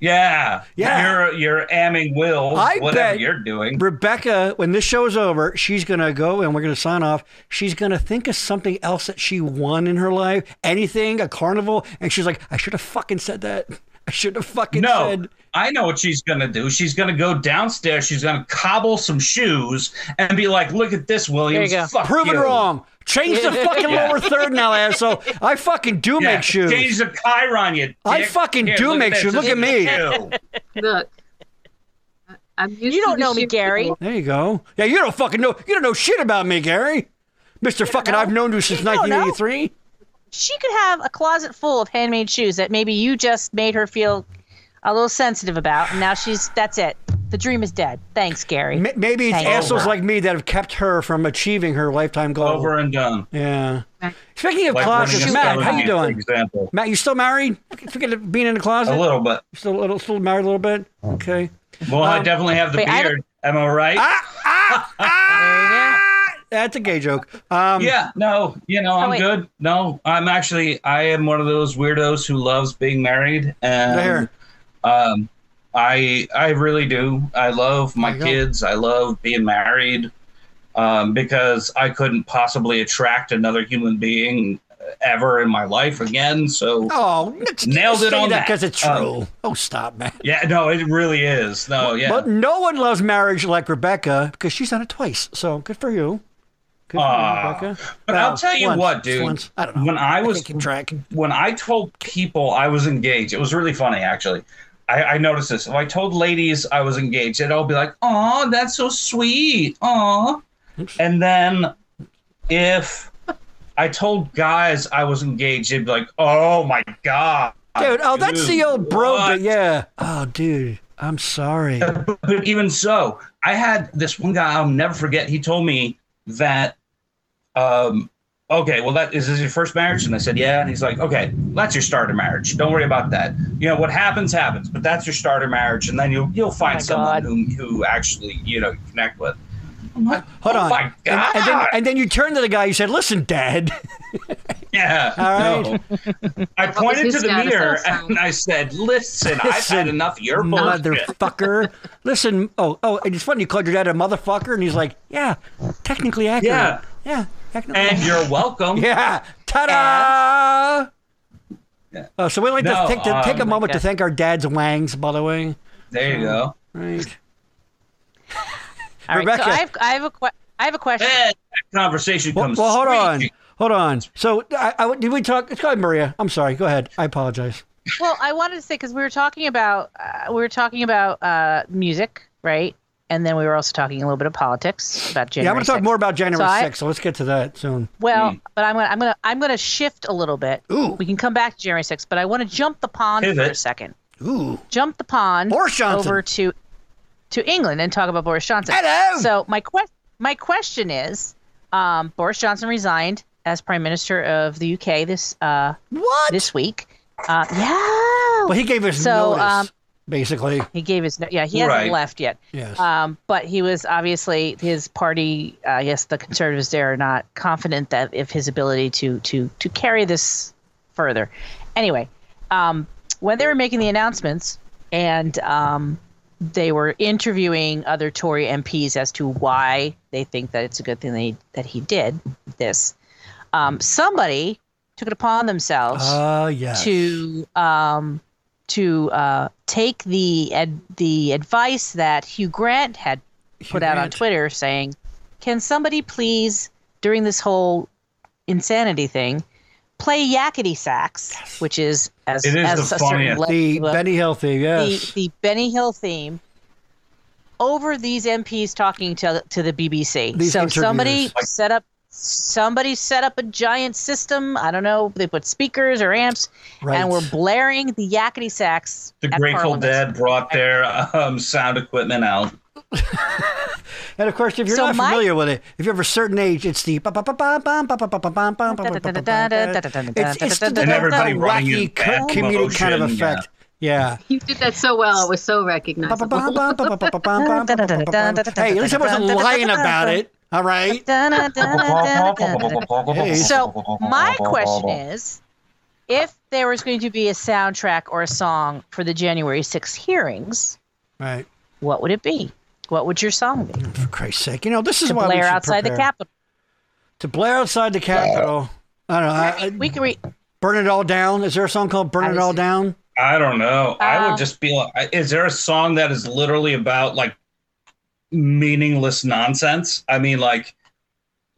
yeah, Yeah. You're you're amming will I whatever bet- you're doing. Rebecca, when this show's over, she's gonna go and we're gonna sign off. She's gonna think of something else that she won in her life, anything, a carnival, and she's like, I should have fucking said that. I should have fucking No, said. I know what she's gonna do. She's gonna go downstairs. She's gonna cobble some shoes and be like, "Look at this, Williams. There you go. Fuck Proven you." wrong. Change the fucking Yeah. lower third now, asshole. I fucking do Yeah, make shoes. Change the Chiron, you. Dick. I fucking do look at make this. shoes. Look This at is me. you. Look, I- I'm used You to don't the know me, shoe Gary. people. There you go. Yeah, you don't fucking know. You don't know shit about me, Gary. Mister fucking, I've known you since You don't know. 1983. she could have a closet full of handmade shoes that maybe you just made her feel a little sensitive about, and now she's that's it. The dream is dead. Thanks, Gary. M- Maybe it's Thank you. assholes Over. like me that have kept her from achieving her lifetime goal. Over and done. Yeah. Right. Speaking of Like closets, Williams Matt, how Bellamy's, you for doing? Example. Matt, you still married? Forget being in the A closet. little, but Still, a little, still married a little bit. Oh. Okay. well, Um, I definitely have the wait, I have a- beard. Am I right? That's a gay joke. Um, yeah no you know i'm wait. good no i'm actually i am one of those weirdos who loves being married and There. um i i really do i love my There you go. kids i love being married um because i couldn't possibly attract another human being ever in my life again. So Oh, it's, Nailed say it on that. because it's true. Um, oh, stop, man. yeah, no, it really is. No, yeah. But no one loves marriage like Rebecca because she's done it twice. So good for you. Good for you, Aw. Rebecca. But Well, I'll tell you once, what, dude. once. I don't know. When I was can't keep track. when I told people I was engaged, it was really funny actually. I, I noticed this. If I told ladies I was engaged, they'd all be like, "Aw, that's so sweet." Aw. And then if I told guys I was engaged, they'd be like, "Oh my god." Dude, oh, that's the old bro. what? Oh bit, Yeah. Oh, dude, I'm sorry. but even so, I had this one guy I'll never forget. He told me that, um, okay, well, that is this your first marriage? And I said, yeah. And he's like, okay, that's your starter marriage. Don't worry about that. You know what happens happens, but that's your starter marriage, and then you'll you'll find Oh my God. someone who who actually you know you connect with. I'm like, Hold oh on. my And, God. and then, and then you turned to the guy. You said, "Listen, Dad." yeah. All no. I pointed his to the status mirror also? and I said, listen, I've Listen, had enough of your bullshit. motherfucker. Listen. Oh, oh, and it's funny. You called your dad a motherfucker, and he's like, "Yeah, technically accurate. Yeah. yeah, technically. And you're welcome. yeah. Ta-da! Yeah. Oh, so we like No, to take to, take a um, moment to okay. thank our dad's wangs, by the way. There you go. Right. All right, Rebecca. so I have, I have a que- I have a question. And that conversation Well, comes well, hold on, screeching hold on. So, I, I did we talk? Go ahead, Maria. I'm sorry. Go ahead. I apologize. Well, I wanted to say because we were talking about uh, we were talking about uh, music, right? And then we were also talking a little bit of politics about January. yeah, I'm going to talk 6th. more about January So I- 6th, so let's get to that soon. Well, but I'm gonna I'm gonna I'm gonna shift a little bit. Ooh. We can come back to January 6th, but I want to jump the pond for Pivot. a second. Ooh. Jump the pond Boris Johnson. over to to England and talk about Boris Johnson. Hello. So my quest my question is, um, Boris Johnson resigned as Prime Minister of the UK this uh, What? this week. Uh, yeah. well, he gave us So, notice, um, basically. He gave his no- yeah. He hasn't Right. left yet. Yes. Um, but he was obviously his party. Uh, yes, the conservatives there are not confident that if his ability to to to carry this further. Anyway, um, when they were making the announcements and um, they were interviewing other Tory MPs as to why they think that it's a good thing that he, that he did this, um, somebody took it upon themselves uh, yes. to um, to uh, take the ad- the advice that Hugh Grant had put out on Grant. Twitter, saying, "Can somebody please, during this whole insanity thing, play Yakety Sax, which is as It is as the a certain funniest. level, the uh, Benny Hill thing, the- yes. the Benny Hill theme." Over these MPs talking to to the BBC, These so somebody interviews. set up somebody set up a giant system. I don't know. They put speakers or amps, right. and we're blaring the yakety sax. The at Grateful Parliament. Dead brought their um, sound equipment out. and of course, if you're So not my- familiar with it, if you're of a certain age, it's the. It's, it's the, And everybody running in wacky, bad comedic kind of motion, yeah. effect. Yeah. You did that so well. It was so recognizable. hey, at least I wasn't lying about it. All right. Hey. So my question is, if there was going to be a soundtrack or a song for the January 6th hearings, Right. what would it be? What would your song be? For Christ's sake. You know, this is To Hmm. why we blare should outside the prepare. Capitol. To blare outside the Capitol. I don't know. I, I, We could re- burn it all down. Is there a song called "Burn It All Obviously. Down"? I don't know. I Um, would just be like, is there a song that is literally about like meaningless nonsense? I mean, like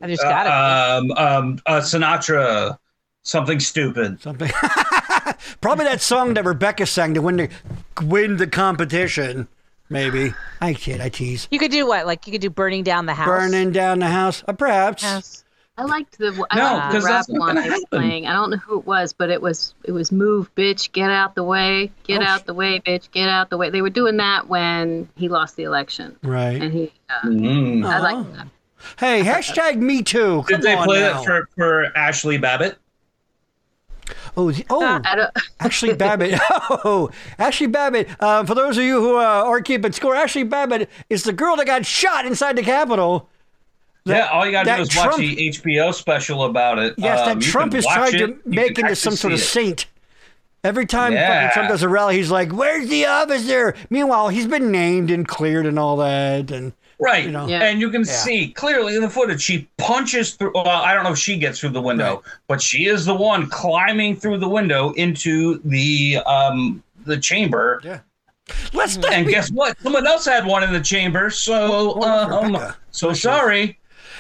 There's got to um, um, uh, Sinatra, something stupid. Something. Probably that song that Rebecca sang to win the win the competition. Maybe I kid. I tease. be. You could do what? Like you could do burning down the house. Burning down the house, or perhaps. house. I liked the I No, liked the 'cause rap that's not one gonna they were happen. playing. I don't know who it was, but it was it was move, bitch, get out the way, get Oh, sh- out the way, bitch, get out the way. They were doing that when he lost the election, Right. and he. Uh, Mm. I like Oh. that. Hey, hashtag Me Too. Come Did they on play now. that for, for Ashley Babbitt? Oh, the- oh, Uh, I don't, Ashley Babbitt. Oh, Ashley Babbitt. Uh, for those of you who uh, are keeping score, Ashley Babbitt is the girl that got shot inside the Capitol. yeah, all you gotta that do is Trump- watch the HBO special about it. Yes, Um, that you Trump can is watch trying it. to You can make into actually some sort of see it. saint. Every time fucking Yeah. Trump does a rally, he's like, "Where's the officer?" Meanwhile, he's been named and cleared and all that, and Right. You know? Yeah. And you can see clearly in the footage, she punches through. Well, I don't know if she gets through the window, but she is the one climbing through the window into the um, the chamber. Yeah. Let's not And be, guess what? Someone else had one in the chamber. So, Well, um, Rebecca. so sorry.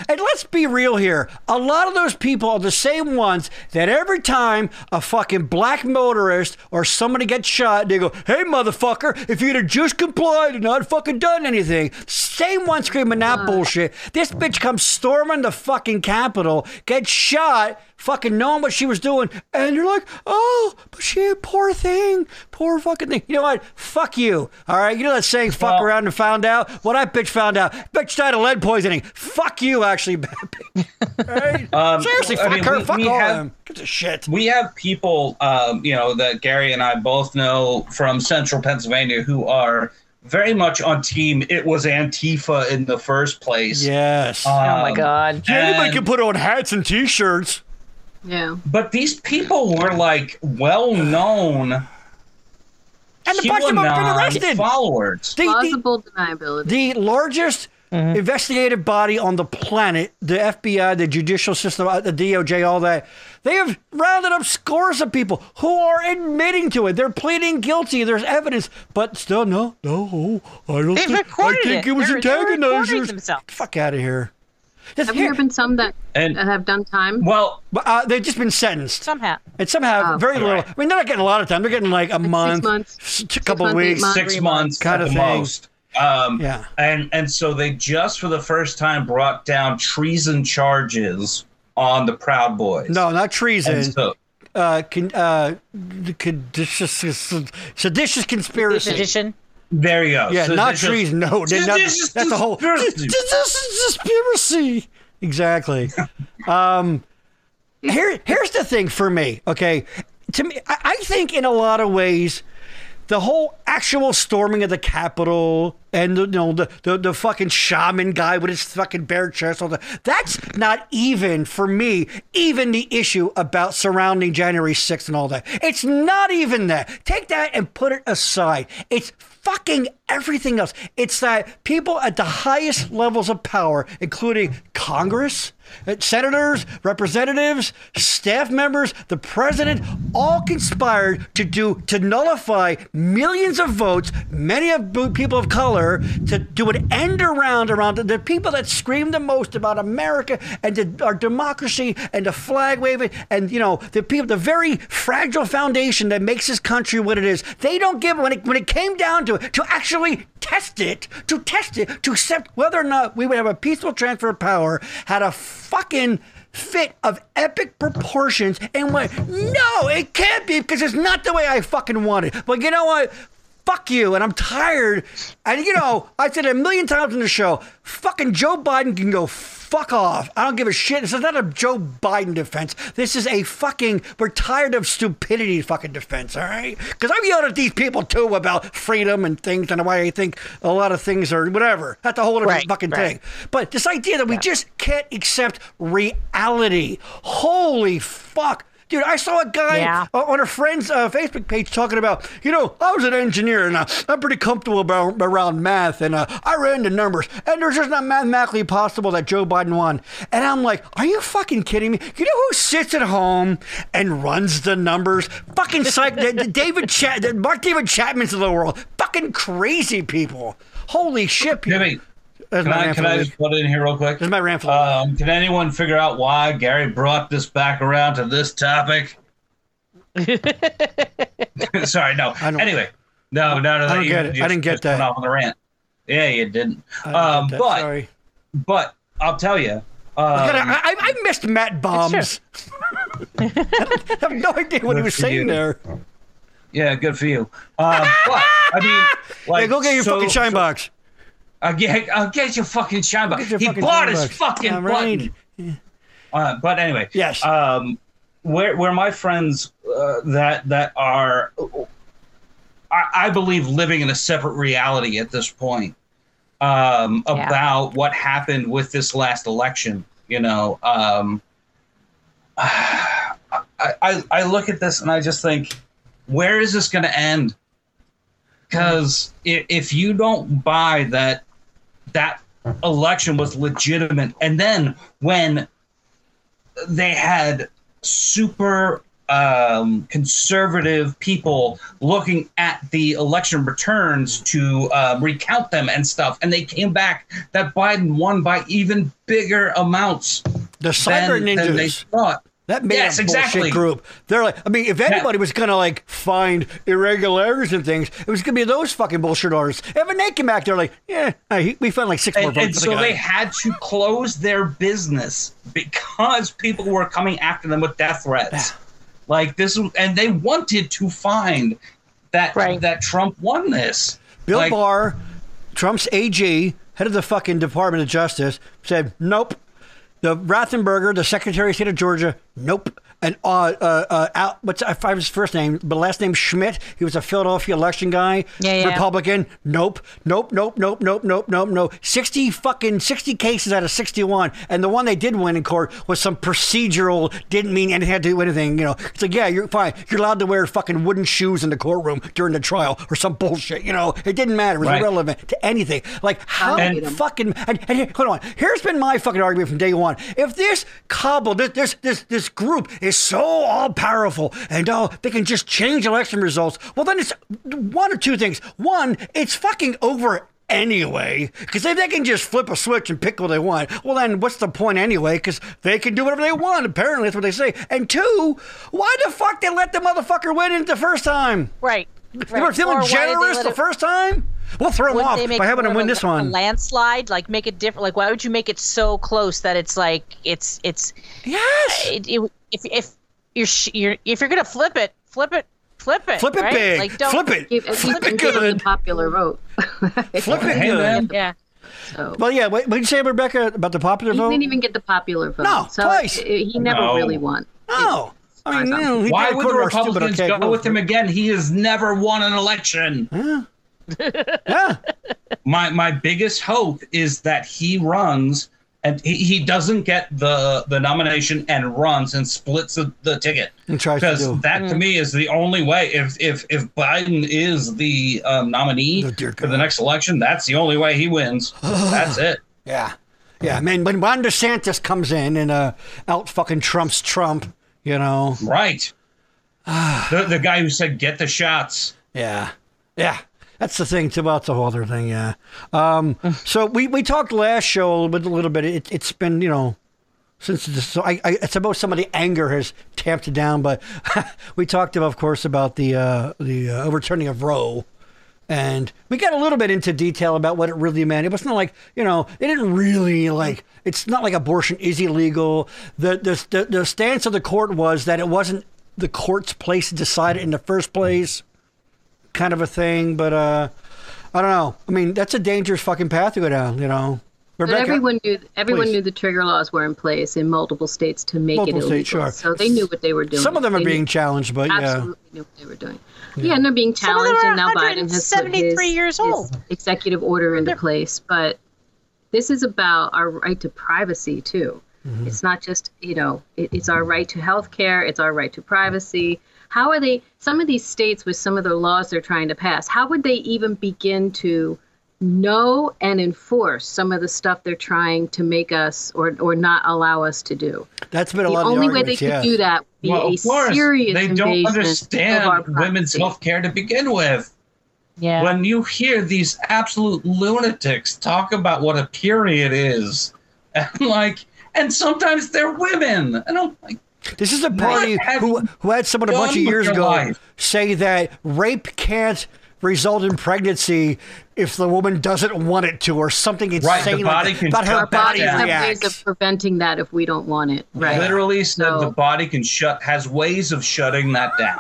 and let's be real here. A lot of those people are the same ones that every time a fucking black motorist or somebody gets shot, they go, "Hey, motherfucker! If you'd have just complied and not fucking done anything." Same one screaming that bullshit. This bitch comes storming the fucking Capitol, gets shot, fucking knowing what she was doing, and you're like, "Oh, but she, poor thing, poor fucking thing." You know what? Fuck you. All right. You know that saying, "Fuck Well- around and found out." What that bitch found out, bitch died of lead poisoning. Fuck you, actually, bad bitch. Right? Um, Seriously, I fuck mean, her. we- fuck we all have- of them. Get the shit. we have people, um, you know, that Gary and I both know from central Pennsylvania who are very much on team. It was Antifa in the first place. Yes. Oh my Um, god. Yeah, anybody and- can put on hats and t-shirts. Yeah. But these people were like well known And a bunch of them have been arrested. followers. The- the- Plausible deniability. the largest investigative body on the planet, the FBI, the judicial system, uh, the DOJ, all that, they have rounded up scores of people who are admitting to it. They're pleading guilty. There's evidence, but still, no, no, I don't They think, I recorded think it. it was They're- they're recording antagonizers. themselves. Fuck out of here. Just Have there here- been some that, And- that have done time? Well, uh, they've just been sentenced. Somehow. And some have Oh. very little. I mean, they're not getting a lot of time. They're getting like a month, months. s- a Six couple months, eight weeks. months. six Three months Kind at of the thing. most. Um, Yeah. And and so they just for the first time brought down treason charges on the Proud Boys. No, not treason. And so, uh, con, uh, the seditious, seditious conspiracy. Tradition. there you go. Yeah, So not this is- treason. No, they're not, Seditious that's a whole conspiracy. seditious conspiracy. Exactly. um, here, here's the thing for me. Okay, to me, I, I think in a lot of ways. The whole actual storming of the Capitol and the, you know the, the the fucking shaman guy with his fucking bare chest, all that. That's not even for me. Even the issue about surrounding January 6th and all that. It's not even that. Take that and put it aside. It's fucking everything else. It's that people at the highest levels of power, including Congress, uh, senators, representatives, staff members, the president, all conspired to do to nullify millions of votes, many of bo- people of color, to do an end around around the, the people that scream the most about America and the, our democracy and the flag waving and you know the people, the very fragile foundation that makes this country what it is. They don't give when it when it came down to it to actually test it, to test it, to accept whether or not we would have a peaceful transfer of power, had a fucking fit of epic proportions and went, no, it can't be because it's not the way I fucking want it. But you know what? Fuck you, and I'm tired. And you know, I said it a million times on the show, fucking Joe Biden can go fuck off. I don't give a shit. This is not a Joe Biden defense. This is a fucking we're tired of stupidity fucking defense, all right? Because I've yelled at these people too about freedom and things and why I think a lot of things are whatever. That's a whole other Right, fucking right. thing. But this idea that we just can't accept reality. Holy fuck. Dude, I saw a guy Yeah. uh, on a friend's uh, Facebook page talking about, you know, I was an engineer and uh, I'm pretty comfortable about, around math and uh, I ran the numbers and there's just not mathematically possible that Joe Biden won. And I'm like, are you fucking kidding me? You know who sits at home and runs the numbers? Fucking psych, the- the David Chat, the Mark David Chapman's of the world. Fucking crazy people. Holy shit, people. Jimmy, That's can my I, rant can for I the week. just put in here real quick? This is my rant for the week. Um, can anyone figure out why Gary brought this back around to this topic? Sorry, no. I don't- Anyway, no, no, no. I don't you get it. I just- didn't get just went that. Off on the rant. Yeah, you didn't. I Um, didn't get that. but sorry. but I'll tell you. God, I, Um, I, I missed Matt Bombs. I have no idea what he Good was for saying you. there. yeah, good for you. Um, but I mean, like, yeah, go get your so- fucking shine so- box. I'll get, I'll Uh, get your fucking shine box. Get your He fucking bought shine his box. fucking Yeah, right. button. Uh, but anyway, Yes. Um, where where my friends uh, that that are, I, I believe living in a separate reality at this point um, Yeah. about what happened with this last election. You know, um, I, I I look at this and I just think, where is this going to end? Because if you don't buy that that election was legitimate. And then when they had super um, conservative people looking at the election returns to um, recount them and stuff, and they came back that Biden won by even bigger amounts The cyber than, than they ninjas. thought. That made Yes, up bullshit exactly. group. They're like, I mean, if anybody was gonna like find irregularities and things, it was gonna be those fucking bullshit artists. Even they came back, they're like, yeah, uh, he- we found like six more And, votes. and for the so guy. they had to close their business because people were coming after them with death threats. Like this, and they wanted to find that Right. that Trump won this. Bill Like, Barr, Trump's AG, head of the fucking Department of Justice, said nope. The Rothenberger, the Secretary of State of Georgia, nope. And uh, uh, uh, Al, what's I forgot his first name, but last name Schmidt. He was a Philadelphia election guy, Yeah, yeah. Republican. Nope, nope, nope, nope, nope, nope, nope, nope. Sixty fucking sixty cases out of sixty-one, and the one they did win in court was some procedural. Didn't mean anything had to do with anything. You know, it's like yeah, you're fine. You're allowed to wear fucking wooden shoes in the courtroom during the trial or some bullshit. You know, it didn't matter. It was Right. irrelevant to anything. Like how And- fucking fucking and, and here- hold on. Here's been my fucking argument from day one. If this cobble, this this this, this group is so all powerful and oh they can just change election results, well then it's one of two things. One, it's fucking over. Anyway, because if they can just flip a switch and pick what they want, well, then what's the point anyway? Because they can do whatever they want. Apparently, that's what they say. And two, why the fuck they let the motherfucker win it the first time? Right. They were right. Or feeling why did they generous let the it- first time. We'll throw them wouldn't off they make by it having them more win of a- this one. A landslide, like make it different. Like, why would you make it so close that it's like it's it's Yes. it, it, if if you're, sh- you're if you're gonna flip it, flip it, flip it, Flip it right? big. Like, don't, flip it. Give, at least Flip it give them good. the popular vote. Flip it Hey, good. man. Yeah. So, Well, yeah. What did you say, Rebecca, about the popular he vote? didn't even get the popular vote. No, so twice. it- it- he never No. really won. no. Oh, I mean, Sorry, no, he Why did would the according to our stupid Republicans archaic go rules. with him again? He has never won an election. Yeah. My my biggest hope is that he runs and he, he doesn't get the the nomination and runs and splits the, the ticket. And tries to do. Because that Hmm. to me is the only way. If if if Biden is the um, nominee Oh, dear for the God. next election, that's the only way he wins. that's it. Yeah. Yeah. Man, when Ron DeSantis comes in and uh, out fucking Trump's Trump, you know. Right. the, the guy who said get the shots. Yeah. Yeah. That's the thing too, about the whole other thing. Yeah. Um, so we, we talked last show a little bit, a little bit. It, it's been, you know, since this, so I, I, I suppose some of the anger has tamped it down, but we talked, of course, about the, uh, the uh, overturning of Roe. And we got a little bit into detail about what it really meant. It was not like, you know, they didn't really like, it's not like abortion is illegal. The, the, the, the stance of the court was that it wasn't the court's place to decide it in the first place kind of a thing. But uh, I don't know. I mean, that's a dangerous fucking path to go down. You know, But everyone knew everyone please. knew the trigger laws were in place in multiple states to make Multiple it illegal. states, sure. So they knew what they were doing. some of them are They knew- being challenged, but yeah, absolutely knew what they were doing. Yeah, and they're being of them challenged, are and now Biden has put 173 his, years his old. executive order into place. But this is about our right to privacy too. Mm-hmm. It's not just you know, it, it's our right to health care, it's our right to privacy. How are they? Some of these states with some of the laws they're trying to pass, how would they even begin to? know and enforce some of the stuff they're trying to make us or or not allow us to do that's been a the lot. only of the way they arguments, could yeah. do that would be Well, a of course, serious they don't invasion of our understand women's privacy. health care to begin with. Yeah. When you hear these absolute lunatics talk about what a period is, and like, and sometimes they're women, and I'm like, This is a party have who you who had someone a bunch of done with years your ago life? say that rape can't result in pregnancy if the woman doesn't want it to, or something insane Right, the like body that, can about how shut her our body bodies have ways reacts. of preventing that if we don't want it. Right. literally said So- the body can shut has ways of shutting that down.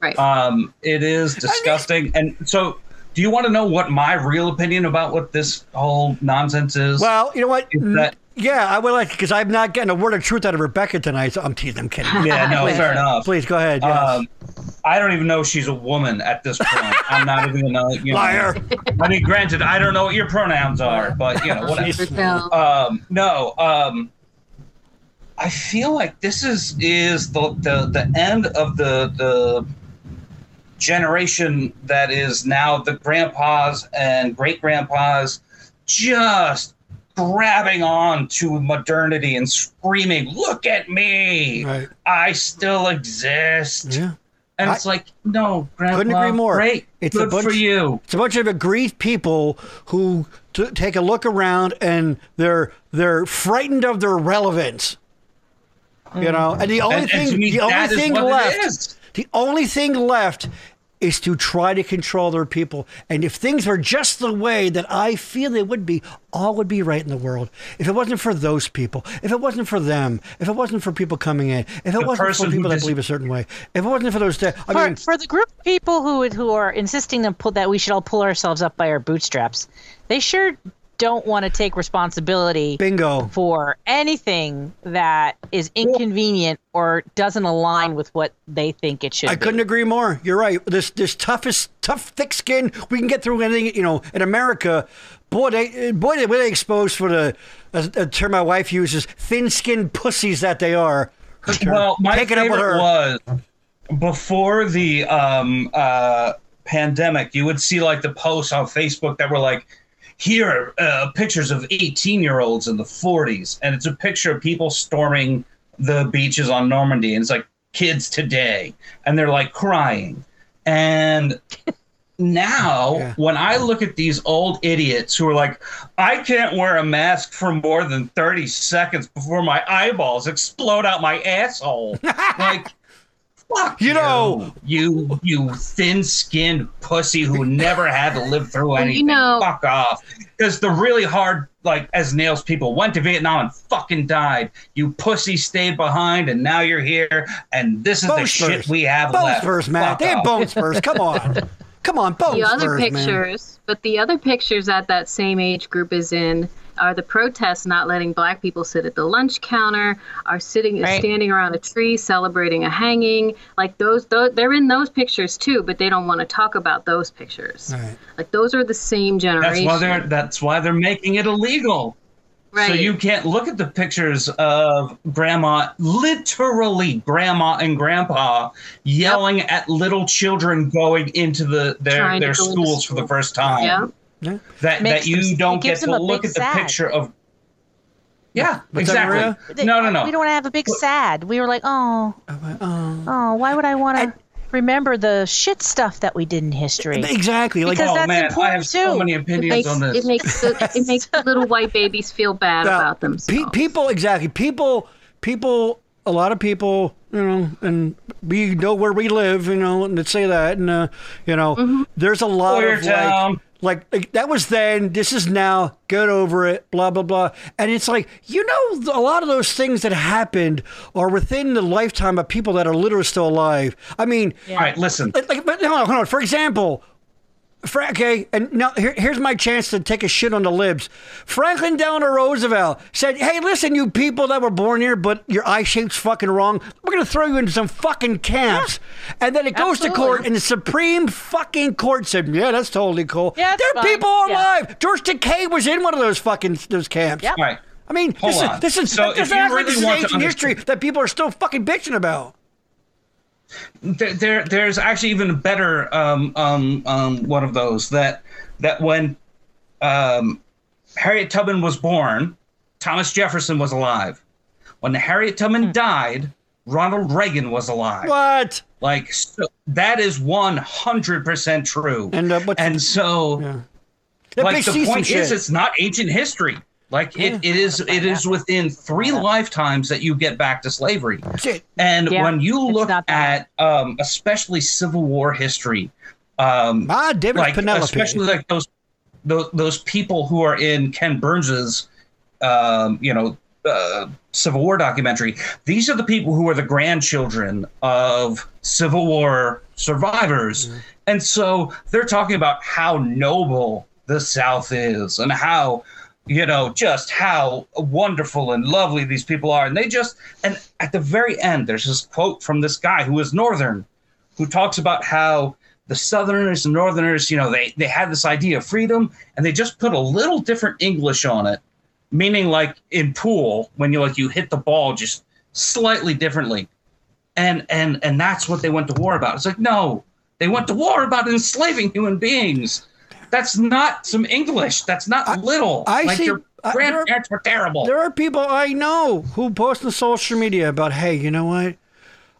Right. Um, it is disgusting, and so. Do you want to know what my real opinion about what this whole nonsense is? well, you know what? Mm, Is that- yeah, I would like because I'm not getting a word of truth out of Rebecca tonight. So I'm teasing. I'm kidding. yeah, no, fair enough. Please go ahead. Yes. Um, I don't even know if she's a woman at this point. I'm not even gonna you know, Liar. I mean, granted, I don't know what your pronouns are, but you know, whatever. Jeez. So, Um, no, um, I feel like this is is the the, the end of the the generation that is now the grandpas and great grandpas just grabbing on to modernity and screaming, "Look at me! Right. I still exist!" Yeah. And I- it's like, no, grandpa, Couldn't agree more. Great, It's a good bunch- for you. It's a bunch of aggrieved people who t- take a look around and they're they're frightened of their relevance. You know, and the only Mm. And, and thing to me, the only that is thing what left it is. the only thing left is to try to control their people. And if things were just the way that I feel they would be, all would be right in the world. If it wasn't for those people, if it wasn't for them, if it wasn't for people coming in, if it wasn't person for who people that dis- believe a certain way, if it wasn't for those, de- I For, mean, for the group of people who would- who are insisting on pull, that we should all pull ourselves up by our bootstraps, they sure don't want to take responsibility bingo. for anything that is inconvenient or doesn't align with what they think it should I be. couldn't agree more. You're right. This this toughest, tough, thick skin we can get through anything. You know, in America, boy, they boy, they were they exposed for the a, a term my wife uses, thin-skinned pussies that they are. Her term. Well, my Take it up favorite with her. was before the um, uh, pandemic. You would see like the posts on Facebook that were like, "Here, uh, pictures of eighteen-year-olds in the '40s," and it's a picture of people storming the beaches on Normandy, and it's like kids today, and they're like crying, and. Now, Yeah. when I look at these old idiots who are like, I can't wear a mask for more than 30 seconds before my eyeballs explode out my asshole. like, fuck You know- You, you thin skinned pussy who never had to live through anything. know- Fuck off. Because the really hard, like, as nails people went to Vietnam and fucking died. You pussy stayed behind and now you're here. And this is the Bones shit first. we have Bone left. spurs, man. Fuck They have off. bone spurs. Come on. Come on, bone the other spurs, Oh, man. pictures, but the other pictures that that same age group is in are the protests not letting black people sit at the lunch counter, are sitting Right. standing around a tree celebrating a hanging. Like those, those they're in those pictures too, but they don't want to talk about those pictures. Right. Like those are the same That's generation. why they're that's why they're making it illegal. right. So you can't look at the pictures of grandma, literally grandma and grandpa yelling at little children going into the their, Trying to their go into schools for the school. first time. yeah. Yeah. That Makes that you them- don't it get gives to them a look big at the sad. picture of Yeah, What's that, Maria? exactly. They- No, no, no. We don't want to have a big sad. We were like, oh, Oh. oh, why would I want to remember the shit stuff that we did in history? Exactly. Like Because oh that's man, I important have so too. many It opinions makes, on this. it makes the it makes the little white babies feel bad Now, about pe- themselves. people, exactly. People, people, a lot of people, you know, and we know where we live, you know, and they say that, and, uh, you know, Mm-hmm. there's a lot Lawyer of town. like, like, like, that was then, this is now, get over it, blah, blah, blah. And it's like, you know, th- a lot of those things that happened are within the lifetime of people that are literally still alive. I mean, All right, listen. like, like but hold on, hold on. For example, Fra- okay, and now here, here's my chance to take a shit on the libs. Franklin Delano Roosevelt said, "Hey, listen, you people that were born here, but your eye shape's fucking wrong. We're gonna throw you into some fucking camps." And then it goes to absolutely. court, and the Supreme fucking court said, "Yeah, that's totally cool. Yeah, it's there are fine. people are Yeah. alive. George Takei was in one of those fucking those camps. Yep. All right. I mean, Hold this on. is this is So this, if you exactly, really this is want to ancient history that people are still fucking bitching about. there, there there's actually even a better um, um, um, one of those that that when um, Harriet Tubman was born, Thomas Jefferson was alive. When Harriet Tubman died, Ronald Reagan was alive. What? Like so that is one hundred percent true. And, uh, what's- and so That like bitch the sees some point is shit. it's not ancient history. Like it, it is it is within three lifetimes that you get back to slavery. shit. And Yeah, when you it's look not at that. um, especially Civil War history, um, My David like Penelope. especially like those, those those people who are in Ken Burns's, um, you know, uh, Civil War documentary. These are the people who are the grandchildren of Civil War survivors, Mm-hmm. and so they're talking about how noble the South is and how you know just how wonderful and lovely these people are and they just and at the very end there's this quote from this guy who is northern who talks about how the Southerners and Northerners, you know, they, they had this idea of freedom and they just put a little different English on it, meaning like in pool, when you like you hit the ball just slightly differently. And and and that's what they went to war about. It's like, no, they went to war about enslaving human beings. That's not some English. That's not little. I like see. you're Grandparents were terrible. There are people I know who post on social media about, hey, you know what?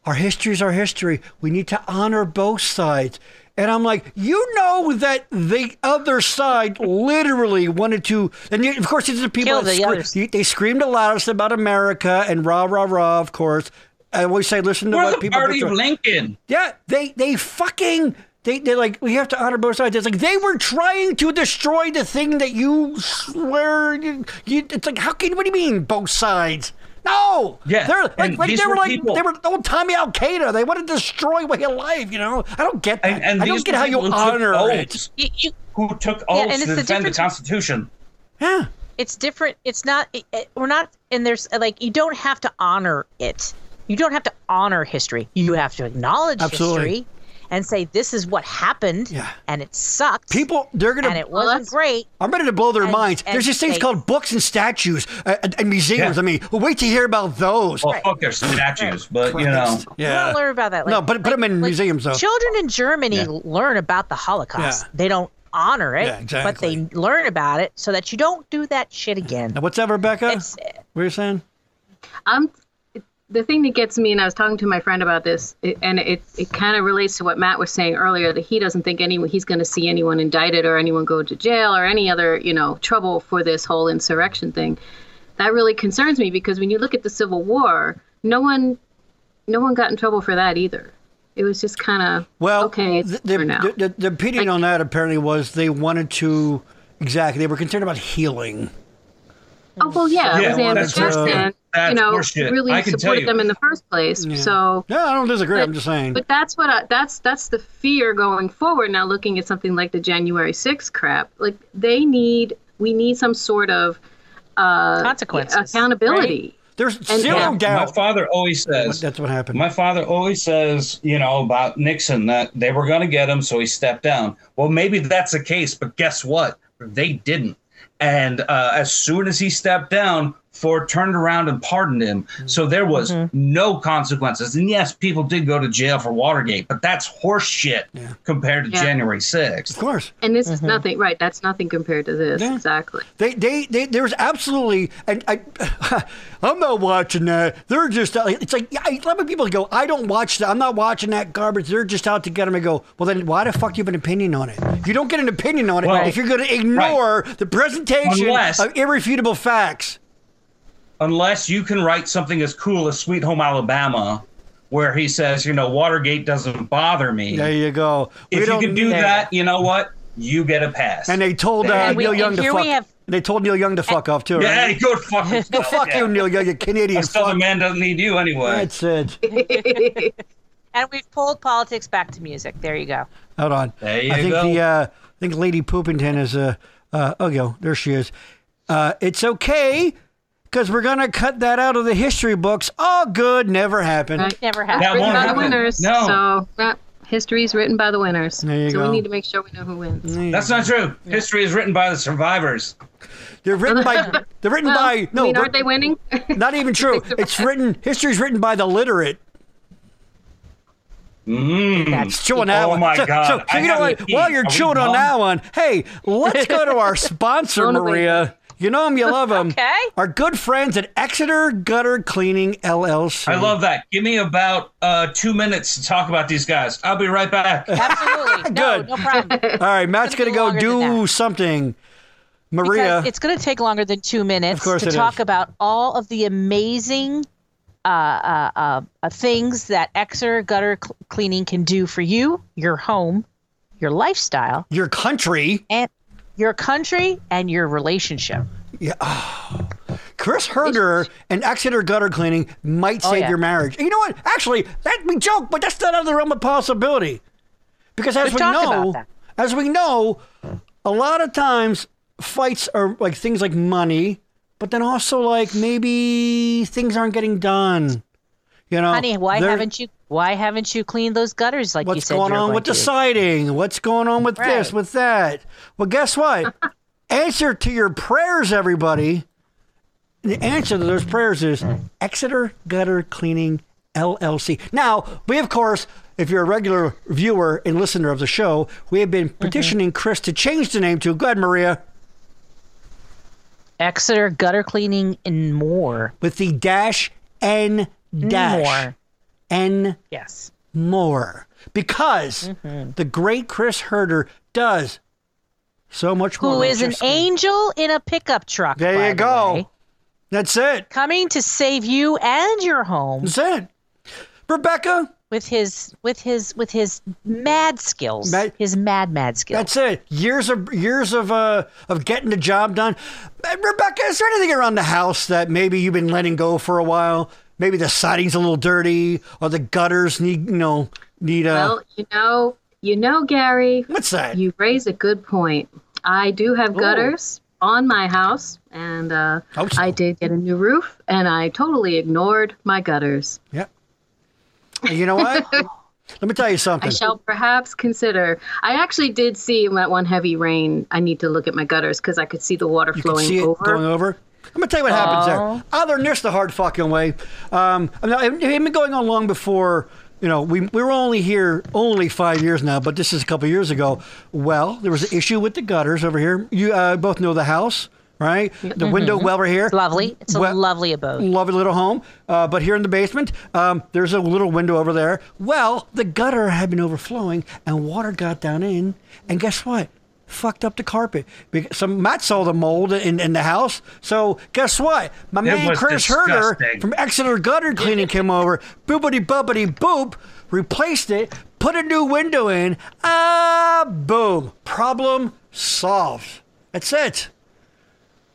Our history is our history. We need to honor both sides. And I'm like, you know that the other side literally wanted to, and you, of course, these are the people Kill that the scre- others. they- they screamed the loudest about America and rah rah rah. Of course, I always say, listen to We're what the people. party bitch of about. Lincoln. Yeah, they they fucking they they like we have to honor both sides. It's like they were trying to destroy the thing that you swear. You, you- it's like how can what do you mean both sides? No, Yeah, they're like, and like these they were, were like people- they were old Tommy Al Qaeda. They want to destroy way of life. You know, I don't get that. And, and I don't these get how you people who took honor it. oaths, You- you- Who took Yeah, oaths and it's to the defend the difference- Constitution? Yeah, it's different. It's not. It, it- we're not. And there's like you don't have to honor it. You don't have to honor history. You have to acknowledge Absolutely. history, and say this is what happened. Yeah. And it sucked. people they're And gonna it wasn't that's- great. I'm ready to blow their And- minds. and There's these things they- called books and statues uh, and, and museums. Yeah. I mean, wait to hear about those. Well, fuck their statues, but you know, We yeah. don't learn about that. no, Like- but put them in like, museums though. Children in Germany Yeah. learn about the Holocaust. Yeah. They don't honor it, Yeah, exactly. but they learn about it so that you don't do that shit again. Now, what's that, Rebecca? It's- What are you saying? I'm the thing that gets me, and I was talking to my friend about this, it- and it it kind of relates to what Matt was saying earlier that he doesn't think anyone he's going to see anyone indicted or anyone go to jail or any other you know trouble for this whole insurrection thing. That really concerns me because when you look at the Civil War, no one no one got in trouble for that either. It was just kind of Well, okay it's the, the, over now. the, the, the opinion on that apparently was they wanted to, exactly, they were concerned about healing. Oh well, Yeah, yeah, it was Andrew that's- that's- Jackson. that's you know, horseshit. really I can tell supported you. them in the first place. So, No, I don't disagree. I'm just saying. but that's what I, that's that's the fear going forward. Now, looking at something like the January 6th crap, like they need we need some sort of uh, consequences. accountability. There's zero yeah. my doubt father always says that's what happened. My father always says, you know, about Nixon that they were going to get him, so he stepped down. Well, maybe that's the case, but guess what? They didn't. And uh, as soon as he stepped down, Ford turned around and pardoned him. So there was no consequences. And yes, people did go to jail for Watergate, but that's horseshit compared to Yeah. January of 6th. course. And this is nothing, right? That's nothing compared to this. Mm-hmm. Yeah. Exactly. They, they, they, there's absolutely, and I, I'm not watching that. They're just, uh, it's like, yeah, a lot of people go, I don't watch that. I'm not watching that garbage. They're just out to get them. I go, well, then why the fuck you have an opinion on it? You don't get an opinion on it Well, if you're going to ignore the presentation Unless- of irrefutable facts. Unless you can write something as cool as Sweet Home Alabama, where he says, you know, Watergate doesn't bother me. There you go. We if you don't can do need- that, you know what? You get a pass. And they told uh, And we- Neil and Young to here fuck. we have- they told Neil Young to fuck off too. yeah, Right? good fucking Well, fuck yeah. you, Neil Young. You Canadian. A southern Fuck. man doesn't need you anyway. That's it. and we've pulled politics back to music. There you go. Hold on. There you I think go. the uh, I think Lady Poopington is uh, uh oh go there she is. Uh, it's okay because we're gonna cut that out of the history books. All good. Never happened. Right. Never happened. That's That written won't by the happen. winners. No. So that history's written by the winners. There you so go. we need to make sure we know who wins. That's not true. History is written by the survivors. They're written by. They're written Well, by. No, I mean, we're- aren't they winning? not even true. It's written. History's written by the literate. That's chewing that Oh one. my so, God. So, so I you know haven't what? While eaten. you're Are we chewing on done? that one, hey, let's go to our sponsor, Going away. Maria. You know them, you love them. Okay. Our good friends at Exeter Gutter Cleaning LLC. I love that. Give me about uh, two minutes to talk about these guys. I'll be right back. Absolutely. No, Good. no problem. All right, Matt's It's gonna gonna go be longer than do that. something. Maria, Because it's going to take longer than two minutes course to it talk is. about all of the amazing uh, uh, uh, uh, things that Exeter gutter cl- cleaning can do for you, your home, your lifestyle, your country. and your country and your relationship. Chris Herder and Exeter Gutter Cleaning might save Oh, yeah. your marriage. And you know what? Actually, that we joke, but that's not out of the realm of possibility. Because as We've we talked about know, that. as we know, a lot of times fights are like things like money, but then also like maybe things aren't getting done. You know, Honey, why There- haven't you why haven't you cleaned those gutters like you What's said? going you were on going with the to? siding? What's going on with this, Right. with that? Well, guess what? answer to your prayers, everybody. The answer to those prayers is Exeter Gutter Cleaning LLC. Now, we, of course, if you're a regular viewer and listener of the show, Mm-hmm. we have been petitioning Chris to change the name to, go ahead, Maria, Exeter gutter cleaning and more. with the dash N dash More. N Yes. more because Mm-hmm. the great Chris Herder does so much more. Who than is an just- angel in a pickup truck? There by you the go. way, That's it. coming to save you and your home That's it. Rebecca, with his with his with his mad skills. Mad- his mad mad skills. that's it. Years of years of uh of getting the job done. Uh, Rebecca, is there anything around the house that maybe you've been letting go for a while? Maybe the siding's a little dirty, or the gutters need you know need uh Well, you know, you know, Gary, what's that? you raise a good point. I do have gutters on my house, and uh, Hope so. I did get a new roof, and I totally ignored my gutters. Yep. And you know what? Let me tell you something. I shall perhaps consider. I actually did see in that one heavy rain. I need to look at my gutters because I could see the water You can flowing see it over. going over. I'm gonna tell you what happens there. I learned this the hard fucking way. Um, I mean, it had been going on long before. You know, we we were only here only five years now, but this is a couple years ago. Well, there was an issue with the gutters over here. You uh, both know the house, right? The window well over here. Mm-hmm. It's lovely. It's a Well- lovely abode. Lovely little home, uh, but here in the basement, um, there's a little window over there. Well, the gutter had been overflowing, and water got down in, and guess what? Fucked up the carpet. Bec- Some Matt saw the mold in, in the house, so guess what? My man was Chris Herder disgusting. from Exeter Gutter Cleaning came over, boopity bubbity boop, replaced it, put a new window in. Ah, boom! Problem solved. That's it.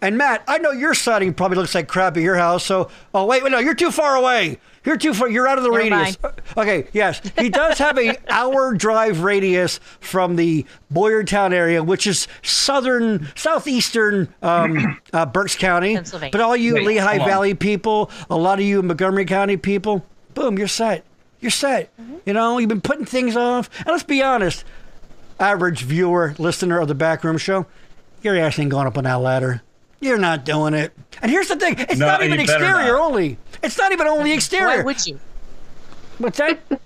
And Matt, I know your siding probably looks like crap at your house. So, oh wait, wait, no, you're too far away. You're too far. You're out of the Never radius. Uh, Okay, yes, he does have a hour drive radius from the Boyertown area, which is southern, southeastern um, uh, Berks County. Pennsylvania. But all you Wait, Lehigh hold on. Valley people, a lot of you Montgomery County people, boom, you're set. You're set. Mm-hmm. You know, you've been putting things off. And let's be honest, average viewer, listener of the Backroom Show, your ass ain't going up on that ladder. You're not doing it. And here's the thing: it's No, not even you better exterior not. only. It's not even only Why exterior. would you? What's that? What-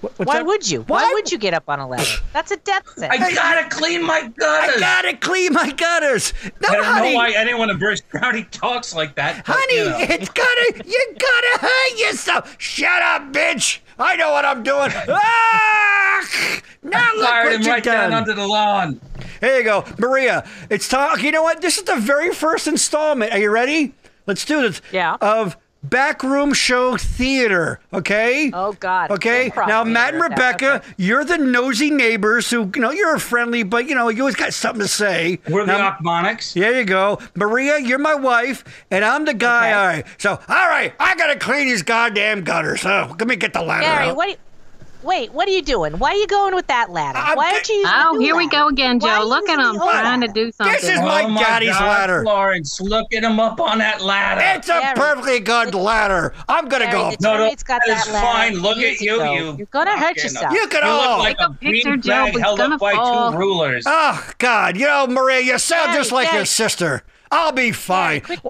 what's Why that? would you? Why Why would you get up on a ladder? That's a death sentence. I gotta clean my I gutters. gotta clean my gutters. No, I don't honey, know why anyone in British County talks like that. but, honey, you know. it's gotta. You gotta hurt yourself. Shut up, bitch. I know what I'm doing. ah! Now look fired what him you right done. down under the lawn. Here you go, Maria. It's time. You know what? This is the very first installment. Are you ready? Let's do this. Yeah. Of backroom show theater. Okay. Oh, God. Okay. No now, problem. Matt and Theater, that- Rebecca, you're the nosy neighbors who you know you're friendly, but you know you always got something to say. We're the Now, Achmonics. there you go. Maria, you're my wife, and I'm the guy. Okay. All right. So, all right, I got to clean these goddamn gutters. Oh, let me get the ladder Gary, out. what? do you- wait, what are you doing? Why are you going with that ladder? I'm Why get- aren't you? using the Oh, new here we ladder? go again, Why are Joe. you Look at using the him old trying to ladder? do something. is my Oh daddy's ladder. Lawrence, look at him up on that ladder. It's a Gary, perfectly good ladder. I'm gonna Gary, go. the No, no, teammate's got it's that ladder fine. Look years at you, ago. you You're gonna hurt fucking- yourself. You can You all. look like Take a a picture, bean Joe. bag It's held gonna up by fall. two rulers. Oh God! You know, Maria, you sound Gary, just like your Gary. sister. I'll be Gary, fine. quick-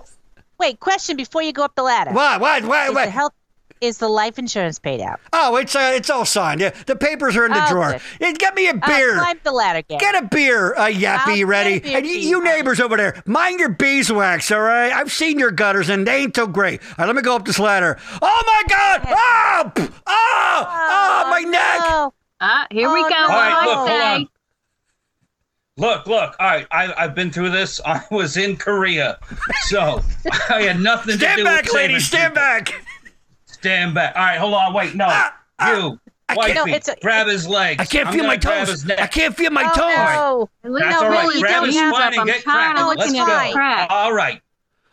Wait, question before you go up the ladder. Why? Why? Why? Is the Why? health is the life insurance paid out? Oh, it's uh, it's all signed. Yeah, the papers are in the Oh, drawer. good. Yeah, Get me a Uh, beer. climb the ladder, Gary. Get a beer, uh, I'll yappy, get a ready. beer And for you, you, you honey. neighbors over there, mind your beeswax, all right? I've seen your gutters and they ain't so great. All right, let me go up this ladder. Oh my God! Oh! pff, Oh! Oh! My neck! No. Ah, here we Oh, go. no. What All right, do look, I hold say? on. Look, look. All right, I, I've been through this. I was in Korea, so I had nothing to Stand do back, with lady. saving Stand people. back. Ah, Stand back. All right, hold on. Wait, no. you, wifey, No, it's a- grab his legs. I can't I'm feel gonna my grab toes. his I neck. can't feel my Oh, toes. no. Look, That's no, all right. really, grab don't his hands spine up. and I'm get tired cracking. of Let's looking go. at crap. All right.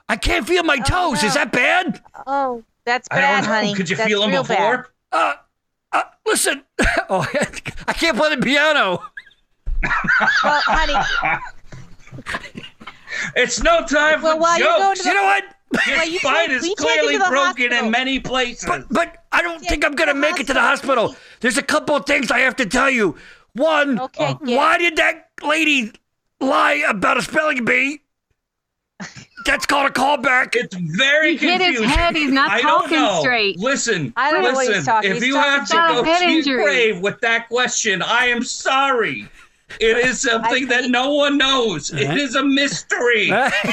I can't feel my toes. Is Oh, no. that bad? Oh, that's I bad, don't know. honey. Could you That's feel him real bad. before? Uh, listen, oh, I can't play the piano. Well, honey, It's no time Well, for while you're going jokes. to You know what? Your Well, you spine take- is we take you clearly to the broken hospital. in many places. But but I don't think I'm gonna make it to the hospital. There's a couple of things I have to tell you. One, uh, Okay, yeah. why did that lady lie about a spelling bee? That's called a callback. It's very He hit confusing. his head. He's not I don't talking know. straight. Listen, I don't know listen. what he's talking- If he's you talking have to about a go head to your injury. grave with that question, I am sorry. It is something that no one knows. Uh-huh. It is a mystery. it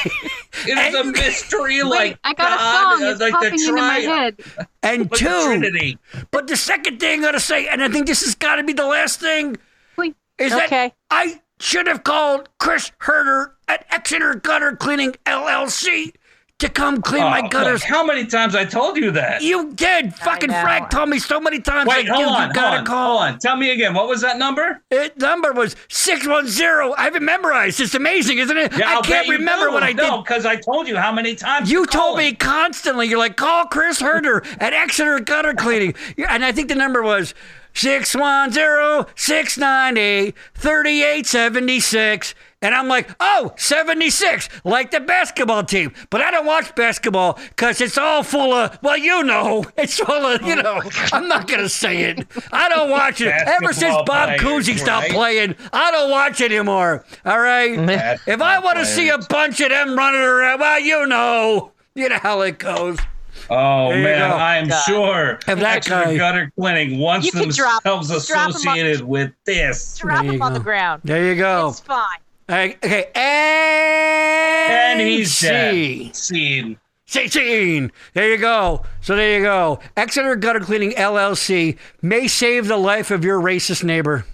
is a mystery like I got God, a song. It's like popping the into my tri- head. And like the two, Trinity. but the second thing I'm gonna say, and I think this has got to be the last thing, Wait, is that Okay. I should have called Chris Herder at Exeter Gutter Cleaning LLC to come clean my Oh, gutters. look, how many times I told you that? You did. Fucking know. Frank told me so many times. Wait, like, hold dude, on, you hold gotta on, call. hold on. Tell me again. What was that number? It number was six one zero. I've it memorized. It's amazing, isn't it? I I'll bet can't you remember do. what I No, did. because I told you how many times. You to call told me it. constantly. You're like, call Chris Herder at Exeter Gutter Cleaning, Yeah, and I think the number was six one zero six nine eight thirty eight seventy six. And I'm like, oh, 76, like the basketball team. But I don't watch basketball because it's all full of, well, you know, it's full of, you know, I'm not going to say it. I don't watch it. Ever since Basketball Bob players, Cousy stopped right? playing playing. I don't watch anymore. All right. if I want to see a bunch of them running around, well, you know, you know how it goes. Oh you man, go. I'm sure If that Extra guy- gutter clinic wants You can drop- themselves drop 'em up. associated with this. Drop There you him on the go. ground. There you go. It's fine. Hey, Okay. And, And he's see. dead. Scene. 16. There you go. So there you go. Exeter Gutter Cleaning LLC may save the life of your racist neighbor.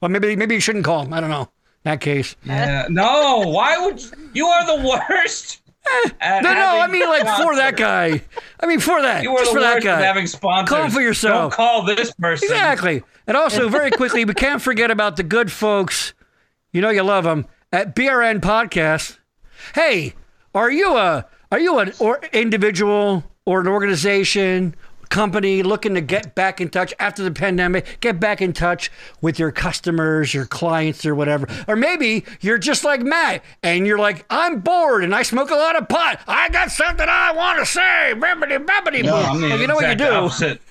Well, maybe maybe you shouldn't call him. I don't know. In that case. Yeah. No, why would you are the worst? at Eh, No, no. having I mean, like for that sponsors. guy. I mean, for that. You are Just the for that worst guy. at having sponsors. Call for yourself. Don't call this person. Exactly. And also, very quickly, we can't forget about the good folks. You know you love them at BRN Podcast. Hey, are you a are you an or individual or an organization? Company looking to get back in touch after the pandemic, get back in touch with your customers, your clients, or whatever. Or maybe you're just like Matt and you're like, I'm bored and I smoke a lot of pot. I got something I want to say. Bibbidi, bibbidi, No, boo. I'm the Well, you know what you exact do? Opposite.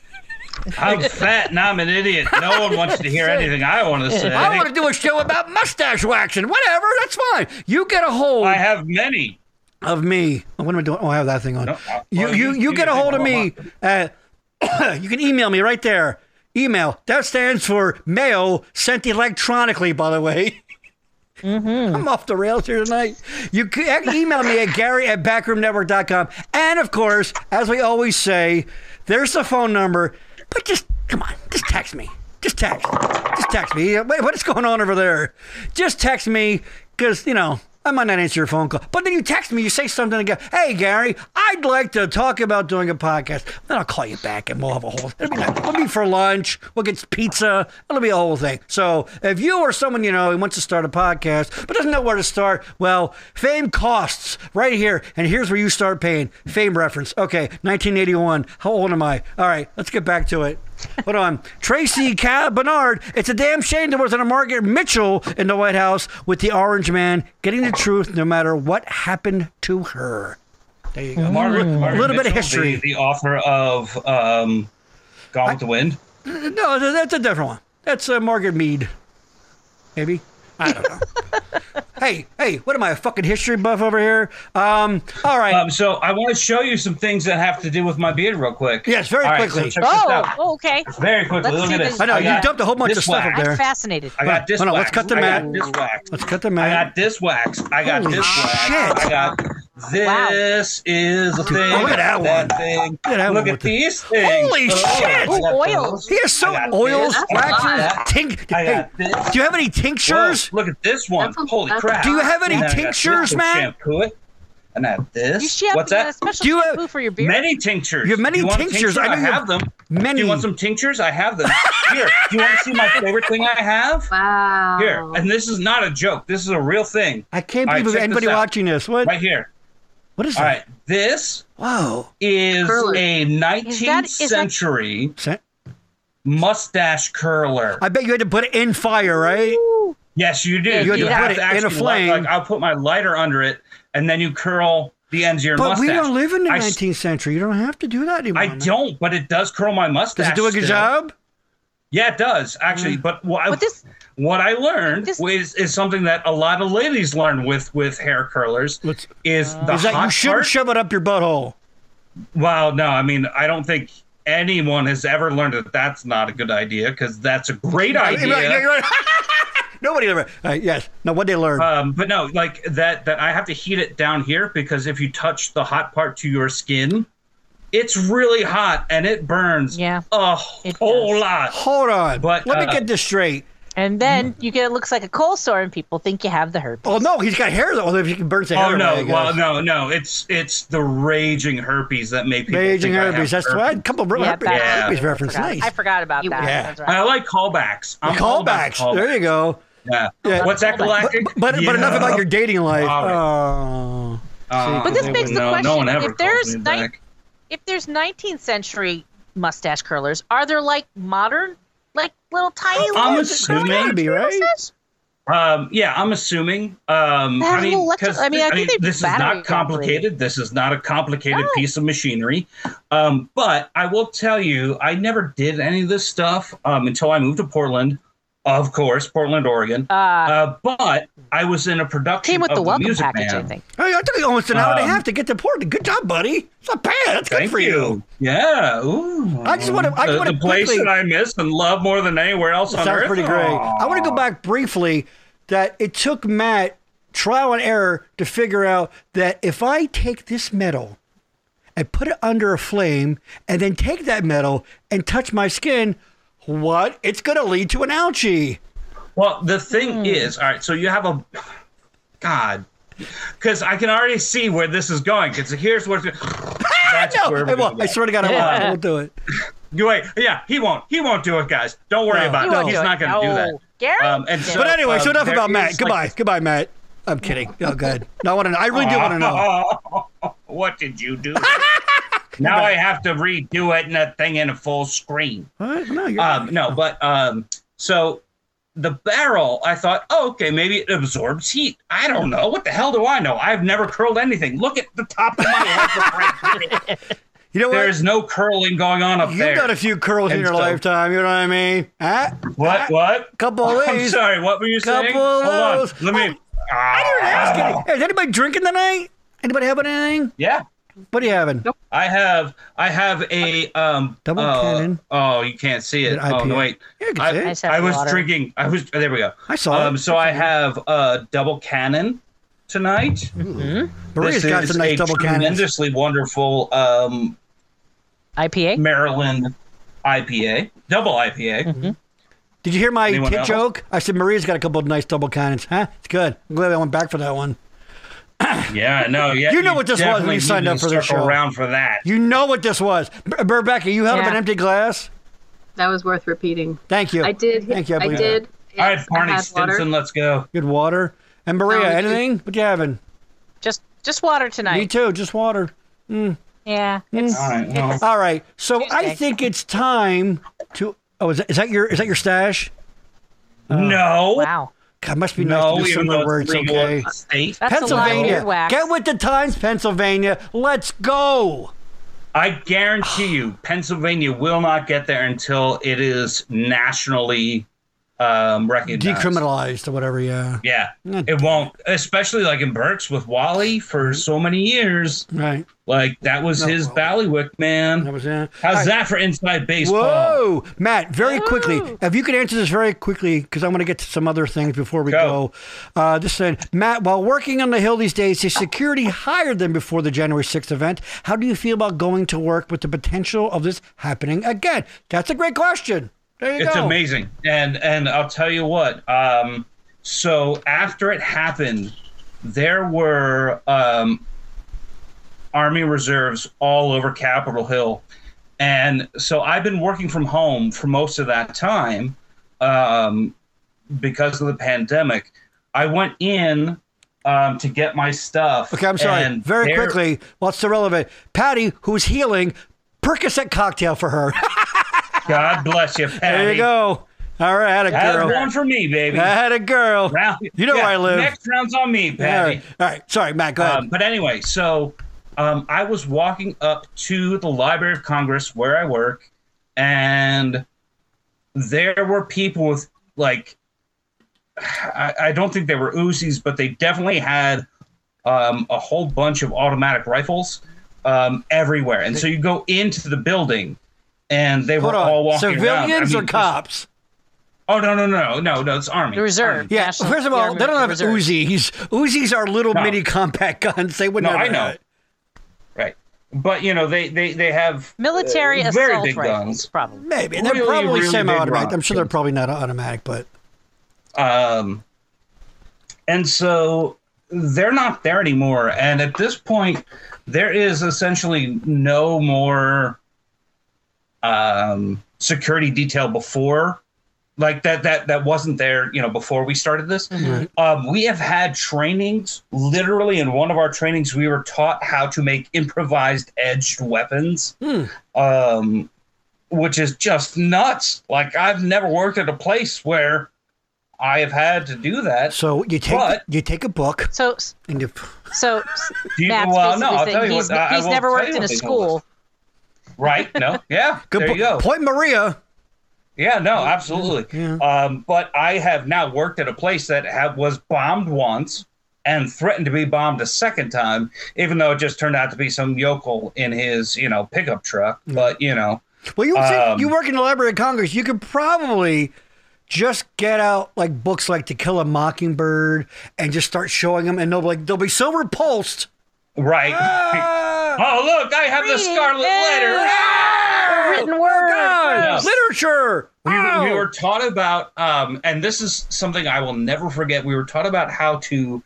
I'm fat and I'm an idiot. No one wants to hear anything I want to say. I want to do a show about mustache waxing. Whatever, that's fine. You get a hold I have many. of me. Oh, what am I doing? Oh, I have that thing on. No, I- you, well, you, you- you you get a think hold of about me. Uh, you can email me right there. Email. That stands for mail sent electronically, by the way. I'm off the rails here tonight. You can email me at gary at backroomnetwork.com. And of course, as we always say, there's the phone number, but just come on, just text me. Just text. Just text me. Yeah, Wait, what is going on over there? Just text me because, you know, I might not answer your phone call. But then you text me, you say something again. Hey, Gary, I'd like to talk about doing a podcast. Then I'll call you back and we'll have a whole it'll be, nice. we'll be for lunch. We'll get pizza. It'll be a whole thing. So if you or someone you know who wants to start a podcast but doesn't know where to start, well, fame costs right here. And here's where you start paying. Fame reference. Okay, 1981. How old am I? All right, let's get back to it. Hold on. Tracy Cal Bernard. It's a damn shame there wasn't a Margaret Mitchell in the White House with the Orange Man getting the truth no matter what happened to her. There you go. Uh, Margaret, Margaret Hmm. little bit of Mitchell, history. The, the author of um, Gone with the Wind. No, th- that's a different one. That's uh, Margaret Mead. Maybe. I don't know. hey, hey, what am I, a fucking history buff over here? Um, all right. Um, so I want to show you some things that have to do with my beard real quick. Yes, very All right, quickly. so check this Oh, out. oh, okay. Very quickly. Let's Look see at this. this. I know, you got dumped a whole bunch this of stuff up wax. there. I'm fascinated. I got this Hold on, let's wax. cut the I mat. got this wax. Let's cut the I mat. got this wax. I got Holy this wax. shit. I got this is a thing. look at that one. thing. at that look one at with the- these things. Holy Oh, shit. I got Ooh, oils. those. He is so I got oils, this. I waxes, got tink. I Hey, got this. do you have any tinctures? Whoa, look at this one. That's a- Holy that's- crap. Do you have any And I got this tinctures, to man? Shampoo it. And I have You this. should have What's to get a that? special Do you have- shampoo for your beard. Many tinctures. You have many Do want a tinctures. tincture? I know I you have them. many. Do you want some tinctures? I have them. Here. Do you want to see my favorite thing I have? Wow. Here. And this is not a joke. This is a real thing. I can't All right, believe check anybody this out. watching this. What? Right here. What is All that? right. This Wow. is Curler. a 19th is that- century Sa- mustache curler. I bet you had to put it in fire, right? yes, you do. You had to put it in a actually flame. Light, like, I'll put my lighter under it, and then you curl the ends of your But mustache. we don't live in the I s- 19th century. You don't have to do that anymore. I man. don't, but it does curl my mustache. Does it do a good still. job? Mm. Yeah, it does actually. But what I, But this- what I learned this- is, is something that a lot of ladies learn with with hair curlers What's- is the Is that you hot shouldn't part. shove it up your butthole? well, no, I mean I don't think anyone has ever learned that that's not a good idea because that's a great idea. Right, right, right. Nobody ever. Uh, yes. Now, what they learn? Um, but no, like that that I have to heat it down here because if you touch the hot part to your skin, it's really hot and it burns Yeah. a It whole does. lot. Hold on. but, Let me uh, get this straight. And then Mm. you get it looks like a cold sore, and people think you have the herpes. Oh no, he's got hair though. Although if you can burn the hair. Oh no, away, I guess. well no, no, it's it's the raging herpes that make people Raging think I have herpes. That's right. A couple of Yeah, Oh, herpes, that's- Yeah. herpes reference. Forgot- Nice. I forgot about that. Yeah. That's right. I like callbacks. I'm all about Callbacks. There you go. Yeah. Yeah. What's that But galactic? but, but enough about your dating life. All Oh. Uh, But this They begs wouldn't the no, question: no one ever if there's calls me nine, back. if there's 19th century mustache curlers, are there like modern, like little tiny I'm little assuming- curly Gotta be, right? mustache? Um, yeah, I'm assuming. Um, That I mean, little electro- 'cause- Uh, I mean, I think they'd be this is battery not complicated. This is not a complicated piece of machinery. Um, but I will tell you, I never did any of this stuff um, until I moved to Portland, of course, Portland, Oregon. Uh, Uh, but I was in a production came with of the welcome Music package, Man. I think. Hey, I took you almost an hour and a Um, half to get to Portland. Good job, buddy. It's not bad. That's good Thank for you. Yeah. Ooh. I just wanna- I the, wanna the place quickly- that I miss and love more than anywhere else on Sounds earth. pretty great. I want to go Aw. back briefly that it took Matt trial and error to figure out that if I take this metal and put it under a flame and then take that metal and touch my skin, what? It's going to lead to an algae. Well, the Hmm. thing is, all right, so you have a God, because I can already see where this is going. Because here's where that's No, where I, we're won't. going. I swear to God, I won't. I won't do it. Wait, yeah, he won't. He won't do it, guys. Don't worry No. about He it. won't He's do not going to do that. Gary? Um, and so, But anyway, so um, enough there about Matt. is, Goodbye. like, Goodbye, Matt. I'm kidding. Oh, good. No, I want to know. I really do want to know. what did you do? now I have to redo it in a thing in a full screen. What? No, you're Um, no, but um, so the barrel, I thought, oh, okay, maybe it absorbs heat. I don't know. What the hell do I know? I've never curled anything. Look at the top of my head. right here. you know what? there is no curling going on up You've there. got a few curls in And your so- lifetime. You know what I mean? Huh? what? What? Couple of I'm these. sorry. What were you saying? Couple of Hold on. those. Let me. Ah, I didn't ask any. Hey, is anybody drinking tonight? Anybody having anything? Yeah. What are you having? Nope. I have I have a um Double uh, cannon. Oh, you can't see it. An Oh IPA. no, wait. Yeah, you can I, see it. I just have I was water. drinking. I was there. We go. I saw Um, it. so I have uh, double cannon tonight. Maria's this got is some nice a double cannons. tremendously wonderful um, IPA? Maryland IPA, double IPA. Did you hear my Anyone tit else? joke? I said Maria's got a couple of nice double cannons. Huh? It's good. I'm glad I went back for that one. Yeah, no, yeah. You know what this was when definitely you signed need up to for this circle show. Around for that. You know what this was. B- uh, Rebecca, you held up Yeah. an empty glass. That was worth repeating. Thank you. I did. Thank you. I, I, believe did. That. All Yes, right, Barney I had water. Stinson, let's go. Good water. And Maria, Um, anything? What you having? Just just water Me tonight. too. Just water. Yeah. It's, All right, well, All right. So I Tuesday. think it's time to. Oh, is that, is that your is that your stash? no, wow. God, must be nice no, Oh. to do even though similar it's words. legal in Okay. the state. That's a lot Pennsylvania, of wax. get with the times, Pennsylvania. Let's go. I guarantee you, Pennsylvania will not get there until it is nationally um, recognized. Decriminalized or whatever. Yeah. Yeah, Mm. it won't. Especially like in Berks with Wally Mm-hmm. for so many years. Right. Like that was his Ballywick man. That was it. How's that for inside baseball? Whoa, Matt! Very quickly, Whoa. if you could answer this very quickly, because I want to get to some other things before we go. Go. Uh, this thing, Matt. While working on the hill these days, is security higher than before the January 6th event? How do you feel about going to work with the potential of this happening again? That's a great question. There you It's go. amazing. And and I'll tell you what. Um, so after it happened, there were um, army reserves all over Capitol Hill, and so I've been working from home for most of that time um, because of the pandemic. I went in um, to get my stuff. Okay, I'm sorry. and Very there- quickly, well, it's irrelevant. Patty, who's healing, Percocet cocktail for her. God bless you, Patty. there you go. All right, had a That's girl. one for me, baby. I had a girl. Round- You know yeah, where I live. Next round's on me, All Patty. right. All right. Sorry, Matt. Go ahead. Um, but anyway, so um, I was walking up to the Library of Congress where I work, and there were people with like, I, I don't think they were Uzis, but they definitely had um, a whole bunch of automatic rifles um, everywhere. And so you go into the building, and they Hold were on. all walking around. I Civilians mean, or just- cops? Oh no no no no no! It's army. The reserve. Yeah. National First of all, Army they don't have Reserve. Uzis. Uzis are little No. mini compact guns. They would No, never I know. have it. Right. But you know they they they have Military uh, very assault big rifles, guns. probably. Maybe. And they're Really, probably really big semi-automatic. I'm rockets. sure they're probably not automatic, but Um, and so they're not there anymore. And at this point, there is essentially no more um, security detail before, like that that that wasn't there. You know, before we started this, um, we have had trainings. Literally, in one of our trainings, we were taught how to make improvised edged weapons. Um, which is just nuts. Like I've never worked at a place where I have had to do that. so you take But- you take a book So, and you so Do you- Matt's well, no, basically I'll tell saying you he's, what, I- I he's won't never tell worked you in a what they told school. right? No, yeah, good there po- you go. Point Maria. Yeah, no, absolutely. Um, but I have now worked at a place that have, was bombed once and threatened to be bombed a second time, even though it just turned out to be some yokel in his, you know, pickup truck. But you know, Well, you said Um, you work in the Library of Congress. You could probably just get out like books like To Kill a Mockingbird and just start showing them, and they'll be like they'll be so repulsed. right? Ah! oh, look, I have the Reading scarlet letter. is- The written Oh, word. God, Yes. literature. We, Wow. we were taught about, um, and this is something I will never forget. We were taught about how to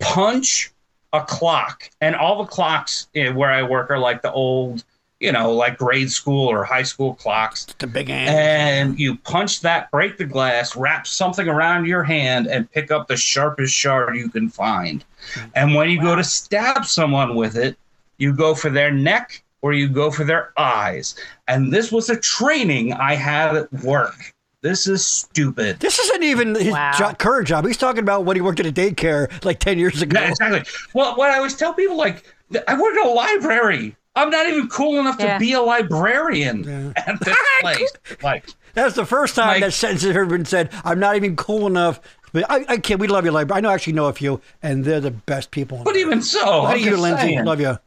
punch a clock, and all the clocks eh, where I work are like the old, you know, like grade school or high school clocks. the big hand. And you punch that, break the glass, wrap something around your hand, and pick up the sharpest shard you can find. Hmm. And when you go to stab someone with it, you go for their neck or you go for their eyes. And this was a training I had at work. This is stupid. This isn't even his Wow. jo- current job. He's talking about when he worked at a daycare like ten years ago. Yeah, exactly. Well, what I always tell people, like, th- I work in a library. I'm not even cool enough Yeah. to be a librarian at this place. Like, That's the first time Like- that sentence has ever been said. I'm not even cool enough. But I, I can't. We love you, library. I know, actually know a few, and they're the best people. but even so, How I'm do you, just Lindsay? saying. Love you.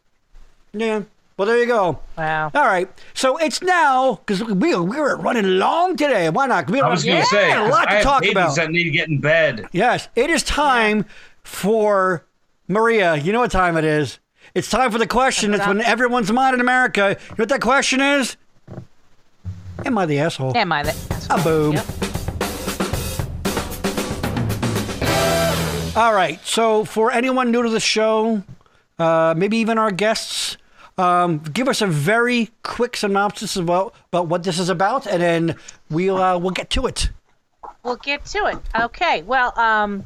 Yeah. Well, there you go. Wow. All right. So it's now because we we were running long today. Why not? We I was going yeah, to say, a 'cause lot I to have talk babies about. that need to get in bed. Yes, it is time for Maria. You know what time it is. It's time for the question. It's when everyone's mine in America. You know what that question is? Am I the asshole? Am I that? Ah, boom. Yep. All right. So, for anyone new to the show, uh, maybe even our guests, um, give us a very quick synopsis about, about what this is about, and then we'll uh, we'll get to it. We'll get to it. Okay. Well, um,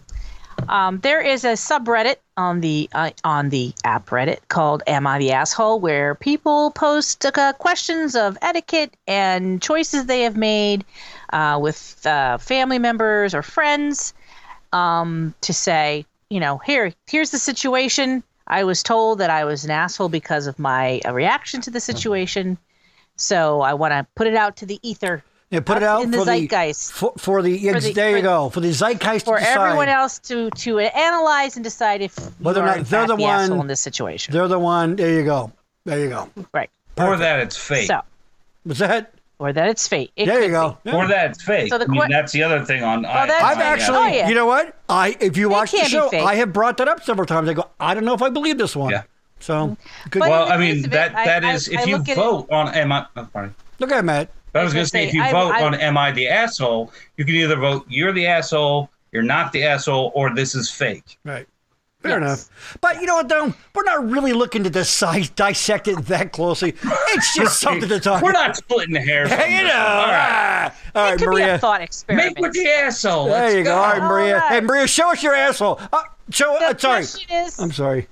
um, there is a subreddit on the uh, on the app Reddit called "Am I the Asshole?" where people post uh, questions of etiquette and choices they have made uh, with uh, family members or friends um, to say, you know, here here's the situation. I was told that I was an asshole because of my uh, reaction to the situation, so I want to put it out to the ether Yeah, put it out in the for zeitgeist. the for, for the, ex- the- there you for- go for the zeitgeist for to decide. everyone else to to analyze and decide if Whether or you are not in they're fact the one- asshole in this situation. They're the one. There you go. There you go. Right. Or that it's fake. So, Was that? or that it's fate. It There you could go. be. Yeah. Or that it's fake. So the I mean, que- that's the other thing on. I, uh, that's- I've Oh, actually, yeah. you know what? I if you watch the can't be show, fake. I have brought that up several times. I go, I don't know if I believe this one. Yeah. So good. Mm-hmm. But- well, in I the face mean of it, that I- that I- is I if you look at it- vote on am I. Oh, sorry. Look at Matt. I was going to say, if you I- vote I- on am I the asshole, you can either vote you're the asshole, you're not the asshole, or this is fake. Right. Fair enough. But you know what though? We're not really looking to decide, dissect it that closely. It's just something to talk. We're about. not splitting hairs. on Hey, you this know. one. All right. ah. All right, It could be Maria. a thought Make experiment. with the asshole. Let's there you go. All right, Maria. All right. Hey, Maria, show us your asshole. Uh, show. the Uh, sorry. question is, I'm sorry.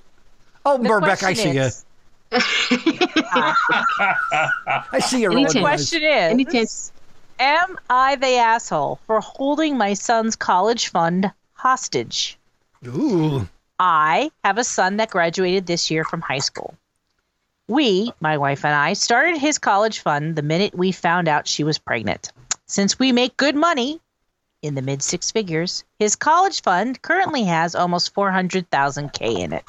Oh, the Burbeck, I see question you. is- I see you. Any rolling chance- my eyes. Question Any is, chance? am I the asshole for holding my son's college fund hostage? Ooh. I have a son that graduated this year from high school. We, my wife and I, started his college fund the minute we found out she was pregnant. Since we make good money in the mid six figures, his college fund currently has almost 400,000 K in it.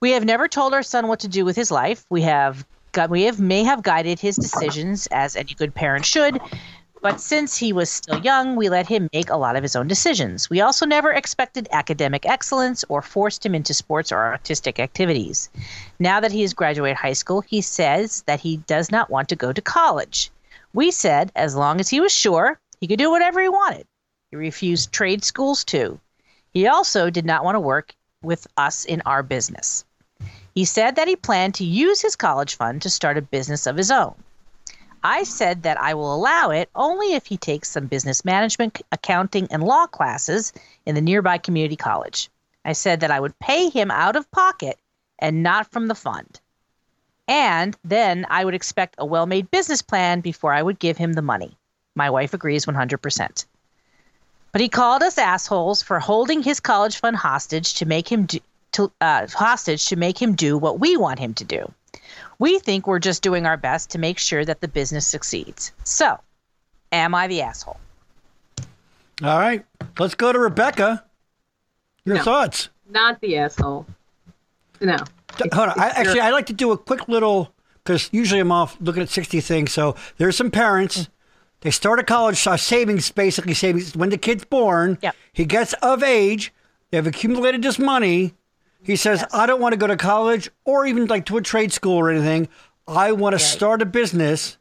We have never told our son what to do with his life. We have gu- we have may have guided his decisions as any good parent should, But since he was still young, we let him make a lot of his own decisions. We also never expected academic excellence or forced him into sports or artistic activities. Now that he has graduated high school, he says that he does not want to go to college. We said as long as he was sure, he could do whatever he wanted. He refused trade schools too. He also did not want to work with us in our business. He said that he planned to use his college fund to start a business of his own. I said that I will allow it only if he takes some business management, accounting, and law classes in the nearby community college. I said that I would pay him out of pocket and not from the fund. And then I would expect a well made business plan before I would give him the money. My wife agrees 100%. But he called us assholes for holding his college fund hostage to make him do, to, uh, hostage to make him do what we want him to do. We think we're just doing our best to make sure that the business succeeds. So, am I the asshole? All right. Let's go to Rebecca. Your No. thoughts. Not the asshole. No. D- Hold on. I, actually, I'd like to do a quick little because usually I'm off looking at 60 things. So there's some parents. They start a college uh, savings, basically savings. When the kid's born, Yep. he gets of age. They've accumulated this money. He says, "I don't want to go to college or even like to a trade school or anything. I want to start a business."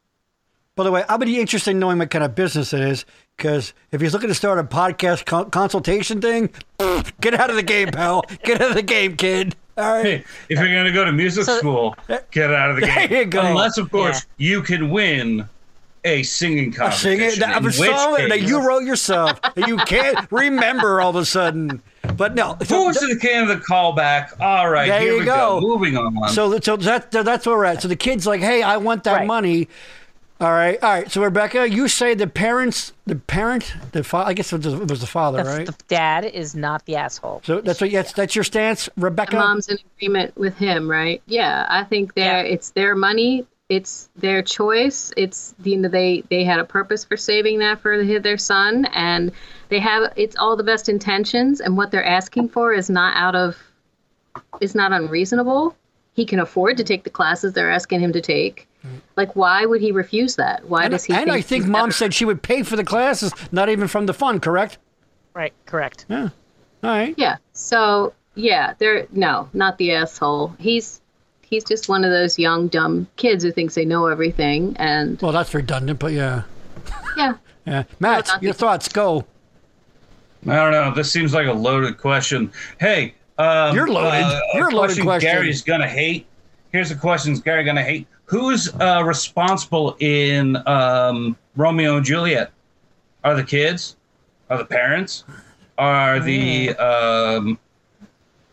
By the way, I would be interested in knowing what kind of business it is because if he's looking to start a podcast con- consultation thing, get out of the game, pal. Get out of the game, kid. All right. Hey, if you're going to go to music So- school, get out of the uh, There game. you go. Unless, of course, you can win a singing competition. Sing it. That in was which song that case- you wrote yourself that you can't remember all of a sudden. But no, Forward so, to the can of the callback. All right, There here you we go. go. Moving on. so, so that, that's where we're at. So the kid's like, "Hey, I want that Right. money." All right, all right. So Rebecca, you say the parents, the parent, the fa- I guess it was, it was the father, The- right? The dad is not the asshole. so that's what that's, that's your stance, Rebecca. Mom's in agreement with him, right? Yeah. I think they're, Yeah. it's their money. It's their choice. It's you know they they had a purpose for saving that for the, their son, and they have it's all the best intentions. And what they're asking for is not out of is not unreasonable. He can afford to take the classes they're asking him to take. Like, why would he refuse that? Why Mm. and does he? and I he's think mom better? said she would pay for the classes, not even from the fund, correct? Right, correct. Yeah. All right. Yeah. So yeah, they're no, not the asshole. He's he's just one of those young dumb kids who thinks they know everything. And Well, that's redundant, but yeah. yeah, Yeah. Matt, not your the- thoughts go. I don't know. This seems like a loaded question. Hey, um, You're loaded. uh, a You're a loaded question. Gary's gonna hate. Here's a question: Gary's gonna hate. Who's uh, responsible in um, Romeo and Juliet? Are the kids? Are the parents? Are the Mm. um,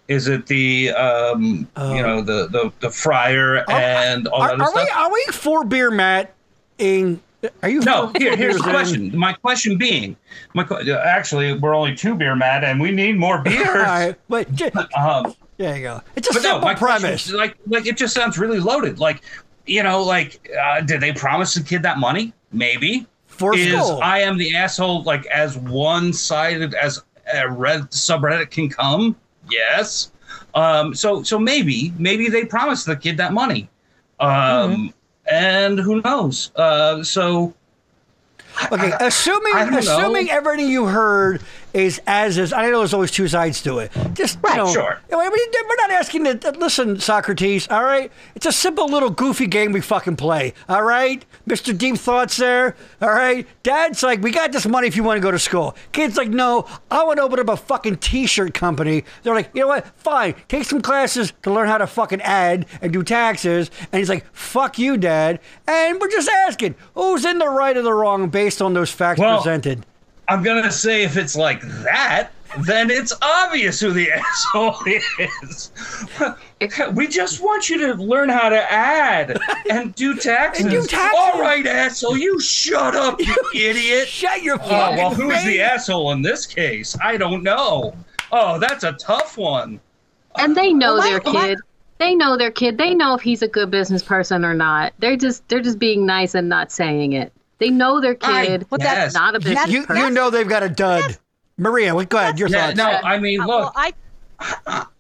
is it the um, you know the the, the friar and all Oh. Are, that other are stuff? we are we for beer, Matt? In are you? No, for here, here's beers the in- question. My question being, my que- actually, we're only two beer mad, and we need more All beers. right, but j- um, there you go. It's a but no, simple my question premise. is, like, like it just sounds really loaded. Like, you know, like, uh, did they promise the kid that money? Maybe. For is school. I am the asshole, like as one-sided as a red subreddit can come. Yes. Um, so, so maybe, maybe they promised the kid that money. Um, Mm-hmm. And who knows? Uh, so, Okay, assuming I don't know. assuming everything you heard is as is. I know there's always two sides to it. Just you know, sure. I mean, We're not asking that. Listen, Socrates. All right, it's a simple little goofy game we fucking play. All right, Mister Deep Thoughts there. All right, Dad's like, we got this money if you want to go to school. Kid's like, no, I want to open up a fucking T-shirt company. They're like, you know what? Fine, take some classes to learn how to fucking ad and do taxes. And he's like, fuck you, Dad. And we're just asking, who's in the right or the wrong based on those facts Well- presented. I'm gonna say if it's like that, then it's obvious who the asshole is. We just want you to learn how to add and do taxes. And do taxes. All right, asshole, you shut up, you idiot. Shut your Oh, fucking well, who's face. the asshole in this case? I don't know. Oh, that's a tough one. and they know my- their oh, my- kid. They know their kid. They know if he's a good business person or not. They're just they're just being nice and not saying it. They know their I- kid. Well, that's that's- not a business you, you person. know they've got a dud. Maria, what- go ahead. Your Yeah, thoughts. no, I mean, Uh, look, well, I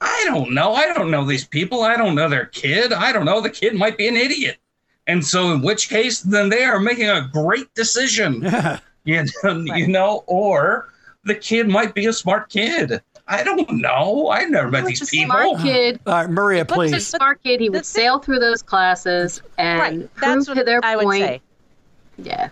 I don't know. I don't know these people. I don't know their kid. I don't know. The kid might be an idiot. And so, in which case, then they are making a great decision. You, know, you know, or the kid might be a smart kid. I don't know. I've never met Which these is people. smart kid. All right, Maria, What's He's a please. But smart kid. He the would thing- sail through those classes and right. prove That's what to their I would point. say. Yeah.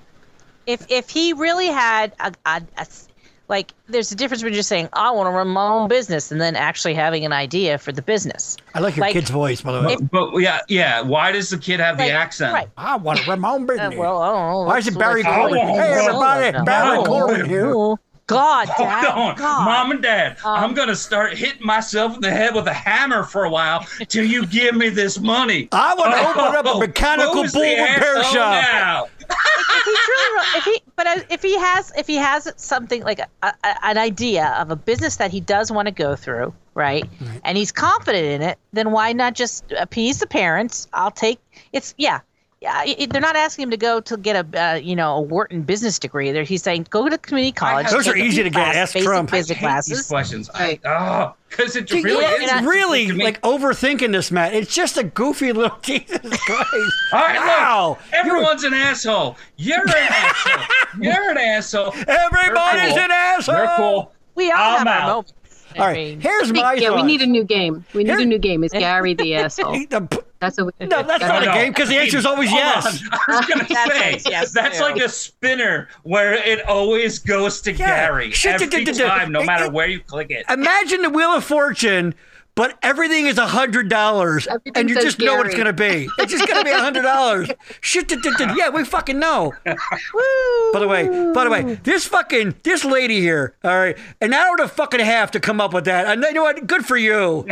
If if he really had a, a- a s- like, there's a difference between just saying I want to run my own business and then actually having an idea for the business. I like your like- kid's voice, by the way. If- But yeah, yeah. Why does the kid have Like, the accent? Right. I want to run my own Uh, business. well, I don't know. Why is it That's Barry what I- Corbin? Oh, Hey, oh, everybody, no. Barry Oh, Corbin here. Oh, God, Hold Dad, on, God. mom and dad. I'm Um, gonna start hitting myself in the head with a hammer for a while till you give me this money. I want to open up a Oh, mechanical bull who's the repair asshole shop. now? if he truly, wrote- if he, but I- if he has, if he has something like a, a, an idea of a business that he does want to go through, right? And he's confident in it, then why not just appease the parents? I'll take it's yeah. Yeah, it- they're not asking him to go to get a uh, you know a Wharton business degree. They're, he's saying go to community college. have- Those take are a easy to get. class, Ask basic Trump. I I Physics hate these classes. questions. I, Right. oh, because it really You're is. and I- really to me- like overthinking this, Matt. It's just a goofy little Jesus Christ. All right, look, oh, wow. everyone's an asshole. You're an asshole. You're an asshole. Everybody's They're cool. an asshole. You're cool. We all I'm have out. our moments. I All right, mean, here's I think- my yeah, we thoughts. need a new game. We need Here- a new game. Is Gary the asshole? The- That's what we. No, that's that's not a No, no. game because the answer is always yes. I was gonna That's say what- yes, that's too. like a spinner where it always goes to Yeah. Gary Shit, every d- d- d- time, no it- matter it- where you click it. Imagine the Wheel of Fortune, but everything is a hundred dollars, and Everything you says just know it's Gary. gonna be. It's just gonna be a hundred dollars. Shit, d- d- d- yeah, we fucking know. By the way, by the way, this fucking this lady here, all right, an hour and a fucking half to come up with that. And you know what? Good for you.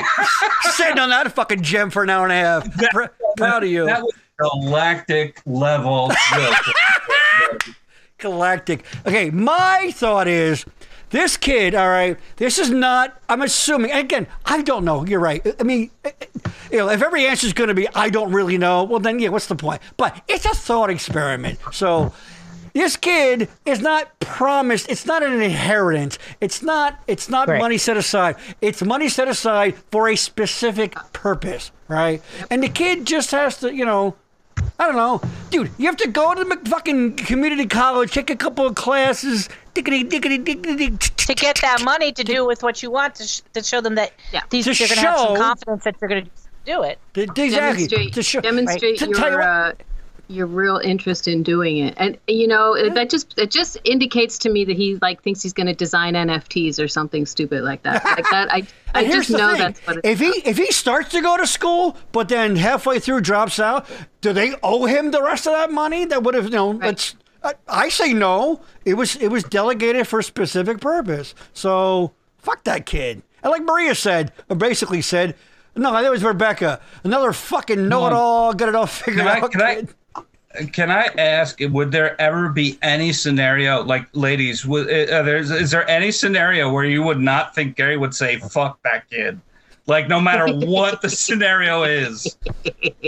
Sitting on that fucking gem for an hour and a half. Pr- proud of you. That was galactic level. joke. Galactic. Okay, my thought is this kid, all right, this is not, I'm assuming, and again, I don't know. You're right. I mean, you know, if every answer is going to be, I don't really know, well, then, yeah, what's the point? But it's a thought experiment. So this kid is not promised, it's not an inheritance. It's not, it's not Right. money set aside. It's money set aside for a specific purpose, right? And the kid just has to, you know, I don't know, dude. You have to go to the fucking community college, take a couple of classes. Dickety, dickety, dickety, to get that money to do with what you want to, sh- to show them that Yeah. these, To you're going to have some show- confidence that you're going to do it. Exactly. Demonstrate, To show- demonstrate To your tell you what- uh, your real interest in doing it, and you know that just it just indicates to me that he like thinks he's going to design NFTs or something stupid like that. Like that, I I And here's just the know thing. that's what. It's if he if he starts to go to school, but then halfway through drops out, do they owe him the rest of that money? That would have you know. It's, I, I say no. It was it was delegated for a specific purpose. So fuck that kid. And like Maria said, or basically said, no, that was Rebecca. Another fucking know-it-all, get it all figured Can I- out. can I- kid. Can I ask? Would there ever be any scenario, like ladies, would, uh, there's, is there any scenario where you would not think Gary would say "fuck that kid"? Like no matter what the scenario is,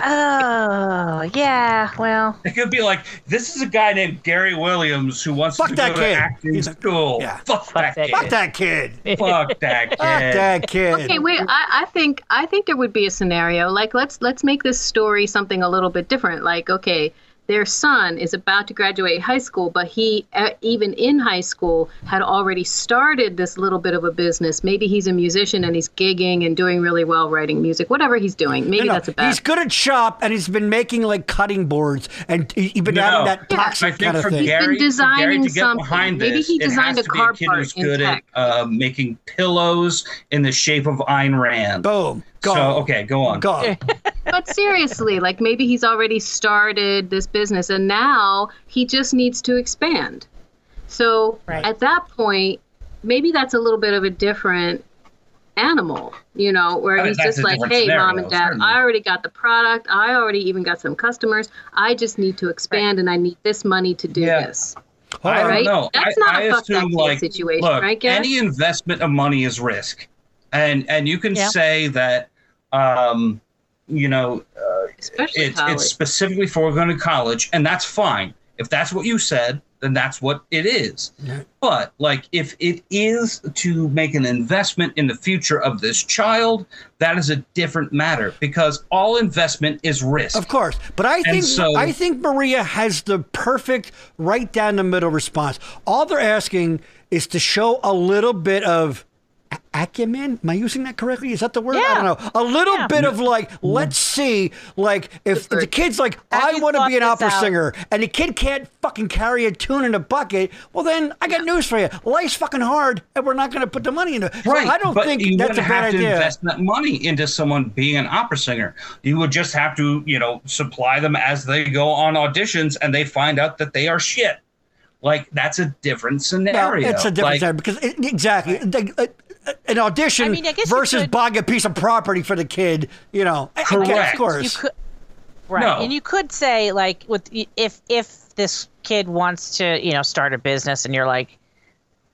Oh, yeah. Well, it could be like this is a guy named Gary Williams who wants Fuck to that go kid. to acting He's a- school. yeah. Fuck, that, that kid. Fuck that kid. Fuck that Fuck kid. that kid. Okay, wait. I, I think I think there would be a scenario like let's let's make this story something a little bit different. Like, okay, their son is about to graduate high school, but he uh, even in high school had already started this little bit of a business. Maybe he's a musician and he's gigging and doing really well writing music, whatever he's doing. Maybe No, that's a no, bad. He's good at shop, and he's been making like cutting boards, and he- he's been adding that I toxic think kind of for thing. He's Gary, been for Gary to designing get something. behind this, Maybe he designed it has a to be car a kid part who's in good at tech. uh, making pillows in the shape of Ayn Rand. Boom. Go. So okay, go on. Go. but seriously, like maybe he's already started this business and now he just needs to expand. So Right. at that point, maybe that's a little bit of a different animal, you know, where I mean, he's that's just a like, different hey, scenario, mom and dad, certainly. I already got the product. I already even got some customers. I just need to expand and I need this money to do Yeah. this. Hold I on. Right? don't know. That's I, not I a fuck that assume, kid like, situation, look, right, Garrett? any investment of money is risk, and and you can Yeah. say that, um, you know, Especially it's college. it's specifically for going to college, and that's fine. If that's what you said, then that's what it is. Yeah. But like if it is to make an investment in the future of this child, that is a different matter because all investment is risk. Of course, but I think so- I think Maria has the perfect right down the middle response. All they're asking is to show a little bit of a- acumen. Am I using that correctly? Is that the word? I Yeah. don't know. A little Yeah. bit of like, let's see, like if the kid's like, Have I you want to thought be an this opera out? singer, and the kid can't fucking carry a tune in a bucket. Well, then I got news for you. Life's fucking hard, and we're not going to put the money into. it. So Right. I don't but think you that's wouldn't a bad have to idea. invest that money into someone being an opera singer. You would just have to, you know, supply them as they go on auditions and they find out that they are shit. Like that's a different Well, scenario. It's a different Like, scenario because it, exactly the- uh, uh, an audition I mean, I guess you versus could- buying a piece of property for the kid. You know, I- I guess, Correct. Of course, You could, right? No. And you could say like, with if if this kid wants to, you know, start a business, and you're like,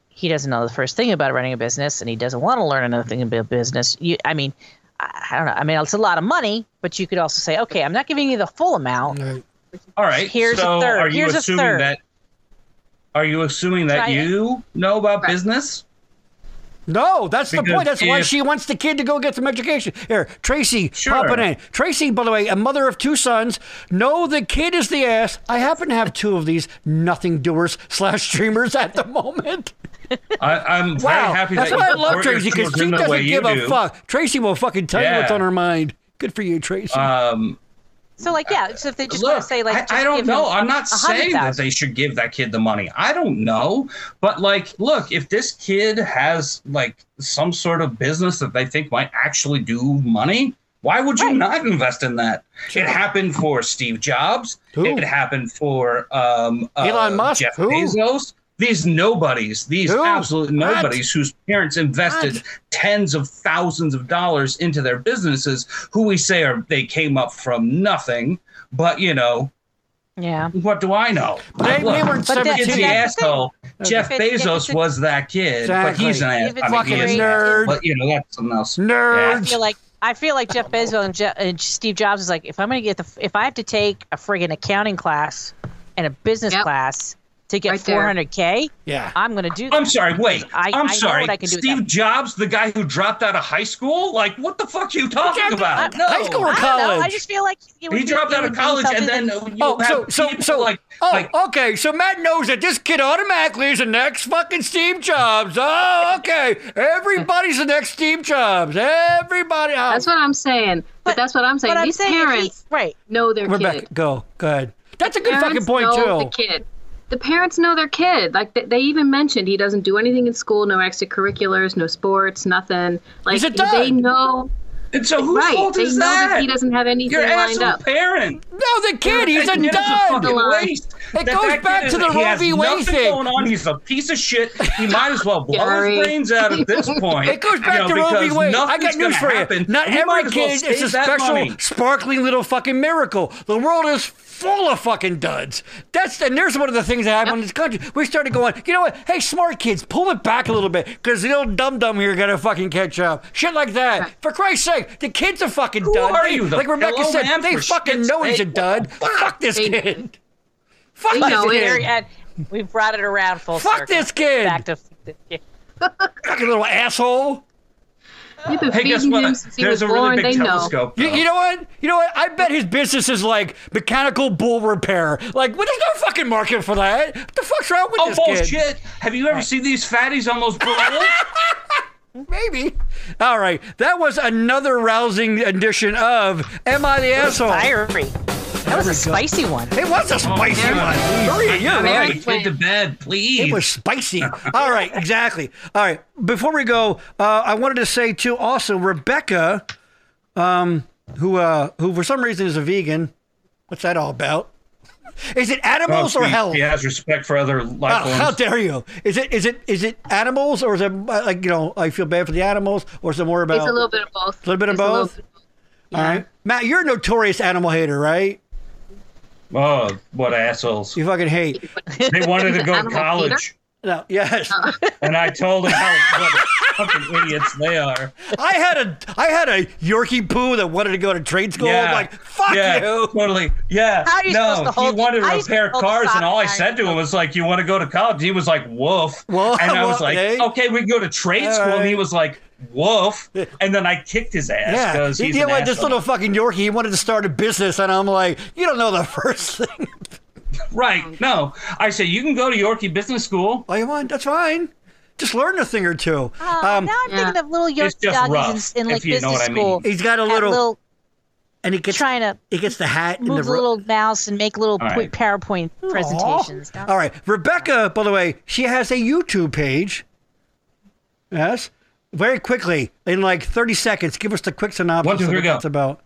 he doesn't know the first thing about running a business, and he doesn't want to learn another thing about business. You, I mean, I, I don't know. I mean, it's a lot of money, but you could also say, okay, I'm not giving you the full amount. Right. All right. Here's a so third. Are you Here's a assuming third. that? Are you assuming that Try it. you know about Right. business? No, that's the Because point. That's why if- she wants the kid to go get some education. Here, Tracy, Sure. popping in. Tracy, by the way, a mother of two sons. No, the kid is the ass. I happen to have two of these nothing doers slash streamers at the moment. I, I'm Wow, very happy that's that why I you love support your Tracy because she children the way doesn't you give a do. fuck. Tracy will fucking tell you what's Yeah. on her mind. Good for you, Tracy. Um, So like, yeah. So if they just want Look, to say like, I- just I, don't give know. him I'm not a hundred saying that thousand. they should give that kid the money. I don't know. But like, look, if this kid has like some sort of business that they think might actually do money, why would you Right. not invest in that? It happened for Steve Jobs. Who? It happened for um, uh, Elon Musk. Jeff Who? Bezos. These nobodies, these Who? absolute What? nobodies whose parents invested What? tens of thousands of dollars into their businesses, who we say are they came up from nothing, but you know, Yeah. what do I know? They- they were that that- kid's 17. that's the the thing. asshole. Jeff If it- if it's Bezos a- was that kid, but he's an Exactly. ass. If it's I mean, fucking he is an nerd. asshole, But you know, that's something else. I Nerds. feel like I feel like Jeff Bezos and, Je- and Steve Jobs is like, if I'm gonna get the, if I have to take a friggin' accounting class and a business Yep. class to get Right there. 400k, Yeah. I'm gonna do. That. I'm sorry. Wait. I- I, I am know sorry. what I can do with Steve that. Jobs, the guy who dropped out of high school. Like, what the fuck are you talking dropped about? out- no. high school or I college? don't know. I just feel like it would He be- dropped it out would of be college, something and then that- you Oh, so have so people so like, oh, like okay. So Matt knows that this kid automatically is the next fucking Steve Jobs. Oh, okay. Everybody's the next Steve Jobs. Everybody. Oh. That's what I'm saying. But, that's what I'm saying. but I'm These saying if he- parents right? know their Rebecca, kid. go. Go ahead. That's a good fucking Parents point know too. The kid. The parents know their kid. Like they, they even mentioned he doesn't do anything in school, no extracurriculars, no sports, nothing. Like He's a dud. they know and oh, so whose right. fault They know is that? that? he doesn't have anything Your lined asshole up. parent. No, the kid. He's a That kid is dud. fucking line. waste. It goes kid back is- to the he Roe has v. Wade nothing thing. going on. He's a piece of shit. He might as well blow Gary. his brains out at this point. It goes you back know, to Roe v. because Wade. I got nothing's news gonna for you. happen. Not We might every as kid well is a save that special, money. sparkling little fucking miracle. The world is full of fucking duds. That's and there's one of the things that happened in this country. We started going, you know what? Hey, smart kids, pull it back a little bit because the old dum dum here gotta fucking catch up. Shit like that. For Christ's sake, the kid's a fucking Who dud. are They- you, the like Rebecca pillow said, man, they for fucking shit's know he's a sake? dud. What the fuck? Fuck this They- kid. Fuck They this know it. kid. Very- and we've brought it around full Fuck circle. this kid. Back to Oh. Fucking little asshole. They've been Hey, guess feeding him what? since he There's was a really born. big They know. telescope. You, though. you know what? You know what? I bet his business is like mechanical bull repair. Like, well, there's no fucking market for that. What the fuck's wrong with Oh this kid? bullshit! Have you ever seen these fatties on those balloons? Maybe. All right, that was another rousing edition of "Am I the Asshole?" fiery. That was a spicy one. It was a spicy Aaron- one. Maria, you're Aaron- right. Put the kid to bed, please. It was spicy. All right, exactly. All right. Before we go, uh, I wanted to say too. Also, Rebecca, um, who uh, who for some reason is a vegan. What's that all about? Is it Oh, animals or she- health? She has respect for other life Oh, how forms. dare you? Is it is it is it animals or is it uh, like you know I feel bad for the animals or is it more about? It's a little bit of both. Little bit of It's a little both? All right, Matt, you're a notorious animal hater, right? Oh, what assholes! You fucking hate. They wanted to go to Animal college, No, yes. and I told them how. what- fucking idiots they are. I had a I had a Yorkie poo that wanted to go to trade school. I'm like, fuck yeah, you. Totally. Yeah. How are you supposed no, to hold- he wanted to how are you repair supposed to hold a cars, and sock all I iron? said to him was like, "You want to go to college?" He was like, "Woof." Whoa, and I was whoa, like, hey. "Okay, we can go to trade All school." And he right. was like, "Woof," and then I kicked his ass Yeah, because he he's did an like this asshole. little fucking Yorkie. He wanted to start a business, and I'm like, you don't know the first thing. right. No, I said you can go to Yorkie Business School. All you want, that's fine. Just learn a thing or two. Oh, um, now I'm thinking yeah. of little It's Yorkie just doggies rough, in, in like if you business know what I mean. school. he's got a At little, little and he gets trying to he gets the hat and the move the ro- little mouse and make little All quick right. PowerPoint presentations. Aw. All right. Rebecca, by the way, she has a YouTube page. Yes. Very quickly, in like 30 seconds, give us the quick synopsis One, two, of three, what go. that's about.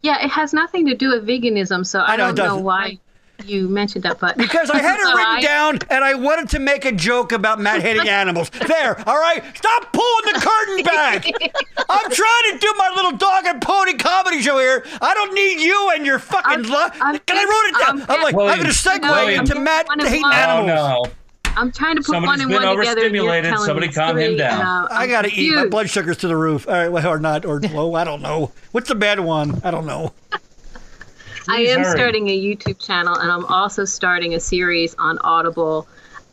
Yeah, it has nothing to do with veganism, so I, know, it don't know doesn't. why you mentioned that, but Because I had it All written right. down and I wanted to make a joke about mad hating animals. There, all right? Stop pulling the curtain back. I'm trying to do my little dog and pony comedy show here. I don't need you and your fucking I'm- love. I'm Can I wrote it down? just- I'm, I'm like, I'm going to just- segue No, I'm into just mad one of hating mine. animals. Oh no. I'm trying to put Somebody's one and been one together. and you're overstimulated. telling me Somebody calm him three, down. and, uh, I I'm gotta eat. My confused. blood sugar's to the roof. All right, well, or not, or low. I don't know. What's the bad one? I don't know. I am hurry. starting a YouTube channel, and I'm also starting a series on Audible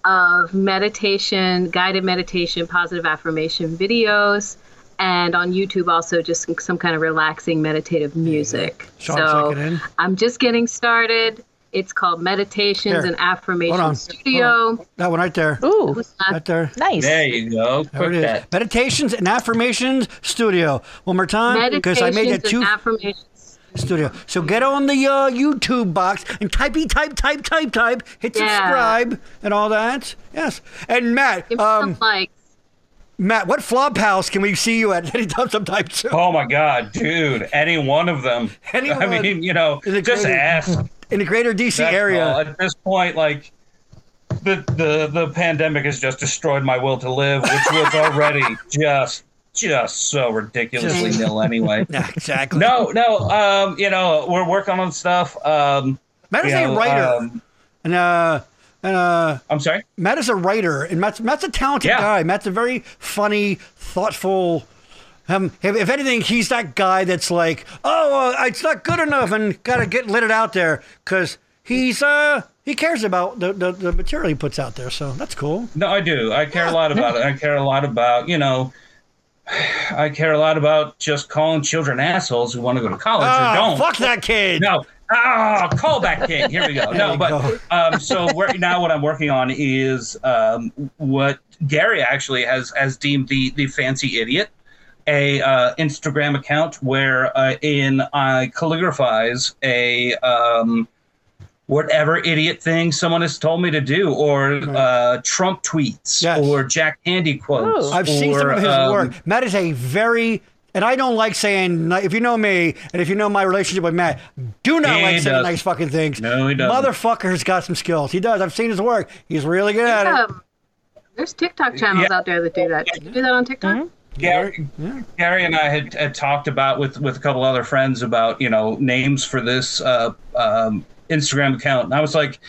of meditation, guided meditation, positive affirmation videos, and on YouTube also just some- some kind of relaxing meditative music. Sean, so check it in. I'm just getting started. It's called Meditations Here. and Hold on. Affirmation Hold Studio. Uh, That one right there. Ooh, Right there. nice. There you go. There Quick it is. that. Meditations and affirmations studio. One more time, because Meditations I made that two and affirmations. studio. So get on the uh, YouTube box and typey type type type type. Hit Yeah. subscribe and all that. Yes. And Matt, Give me um, some likes. Matt, what flop house can we see you at anytime sometime soon? Oh my god, dude! Any one of them. Any I one. mean, you know, Is it just crazy? ask. In the greater DC That's area. all. At this point, like the the the pandemic has just destroyed my will to live, which was already just just so ridiculously Just- nil anyway. Yeah, exactly. No, no, um, you know, we're working on stuff. Um, Matt is you a know, writer. um, and uh and uh I'm sorry. Matt is a writer, and Matt's, Matt's a talented Yeah. guy. Matt's a very funny, thoughtful. Um, if, if anything, he's that guy that's like, oh, uh, it's not good enough, and gotta get let it out there because he's uh he cares about the, the the material he puts out there. So that's cool. No, I do. I care a lot about it. I care a lot about you know. I care a lot about just calling children assholes who want to go to college Ah, or don't. fuck that kid. No. Ah, callback king. Here we go. we go. No, but um, so where, now what I'm working on is um, what Gary actually has has deemed the the fancy idiot, a uh, Instagram account where uh, in I calligraphize a um, whatever idiot thing someone has told me to do, or uh, Trump tweets, Yes. or Jack Handy quotes. Ooh. I've seen some or, of his um, work. Matt is a very and I don't like saying ni- if you know me and if you know my relationship with Matt, do not He like saying doesn't. nice fucking things. No, he doesn't. Motherfucker's got some skills. He does. I've seen his work. He's really good at it. Um, there's TikTok channels Yeah. out there that do that. Did you do that on TikTok? Gary, Gary and I had, had talked about with with a couple other friends about you know names for this uh, um, Instagram account, and I was like,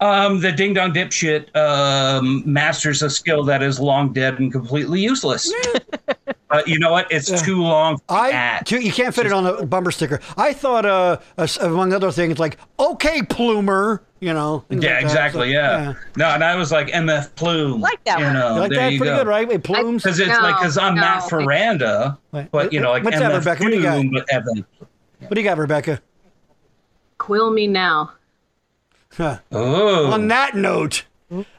um, the ding dong dipshit um, masters a skill that is long dead and completely useless. but you know what? It's too long. I at. too, you can't fit it on a bumper sticker. I thought, uh, as- among other things, like okay, Plumer, you know. things yeah, like that. exactly. So, yeah. no, and I was like MF Plume. Like that you one. Know, You like there that? you Pretty go. good, right? It plumes. Because it's No, like because I'm no. Matt Ferranda, Wait, but you know like what's that, MF Rebecca? What do you got? Doom, but MF. What do you got, Rebecca? Quill me now. Huh. Oh, On that note,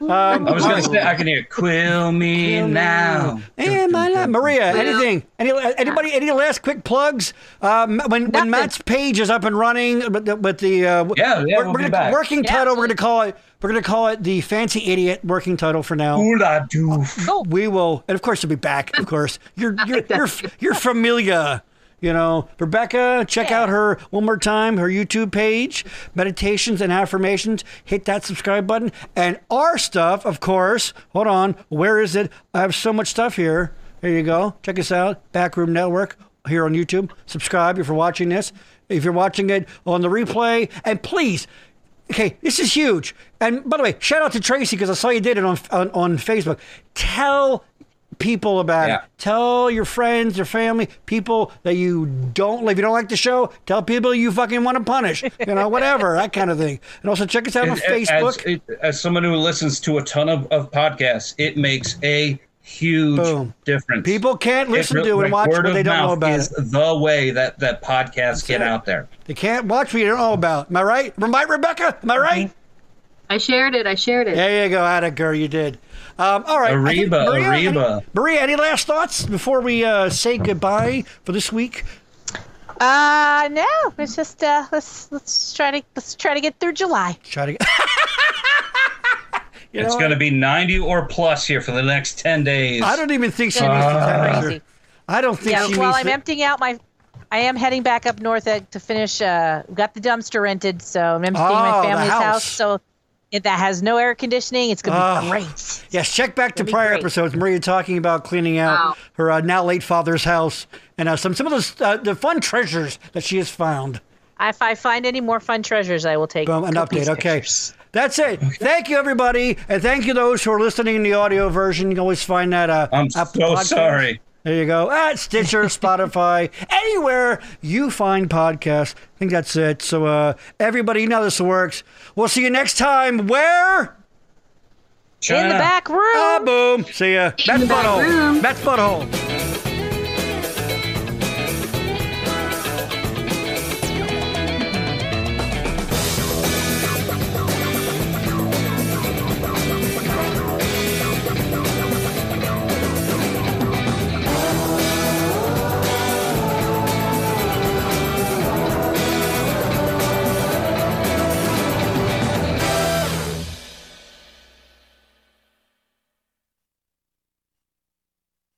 I was gonna say I can hear "Quill Me Now." And my la- Maria, anything? Any, uh, anybody? Any last quick plugs? Um, when when Nothing. Matt's page is up and running, with the, with the uh, Yeah, yeah, we're, we'll we're be gonna- back. working Yeah, title, we're gonna call it we're gonna call it the fancy idiot working title for now. Hula doof. Cool. We will, and of course, you'll be back. Of course, you're you're you're, you're familia. You know, Rebecca, check out her one more time, her YouTube page, Meditations and Affirmations. Hit that subscribe button. And our stuff, of course. Hold on. Where is it? I have so much stuff here. Here you go. Check us out. Backroom Network here on YouTube. Subscribe if you're watching this. If you're watching it on the replay. And please, Okay, this is huge. And by the way, shout out to Tracy because I saw you did it on on, on Facebook. Tell people about Yeah. it. Tell your friends, your family, people that you don't like. If you don't like the show, tell people you fucking want to punish. You know, whatever that kind of thing. And also check us out on As- Facebook. As, as someone who listens to a ton of, of podcasts, it makes a huge Boom. difference. people can't listen to and like, watch word what of they don't know mouth about. is it. the way that that podcasts get it. out there. They can't watch what you don't know about. Am I right? Am I right, Rebecca? Am I Mm-hmm. right? I shared it. I shared it. There you go, Ada girl, you did. Um, all right, I think- Arriba, Maria, arriba. Any, Maria, any last thoughts before we uh, say goodbye for this week? Uh, no, it's just uh, let's let's try to let's try to get through July. Try to. You It's know, going to be 90 or plus here for the next 10 days. I don't even think she needs the Uh, temperature. Crazy. I don't Uh, think Yeah, she well, needs. I'm the- emptying out my. I am heading back up north uh, to finish. Uh, got the dumpster rented, so I'm emptying Oh, my the family's house. house. So it, that has no air conditioning. It's gonna Oh. be great. Yes, check back to be prior great. episodes. Maria talking about cleaning out Wow. her uh, now late father's house and uh, some some of those uh, the fun treasures that she has found. If I find any more fun treasures, I will take Boom, an update. copious Okay. pictures. That's it. Thank you, everybody. And thank you, those who are listening in the audio version. You can always find that. Uh, I'm Apple so Podcasts. sorry. There you go. At Stitcher, Spotify, anywhere you find podcasts. I think that's it. So, uh, everybody, you know how this works. We'll see you next time. Where? China. In the back room. Ah, boom. See ya. Matt's the back Butthole. room. Matt's Butthole.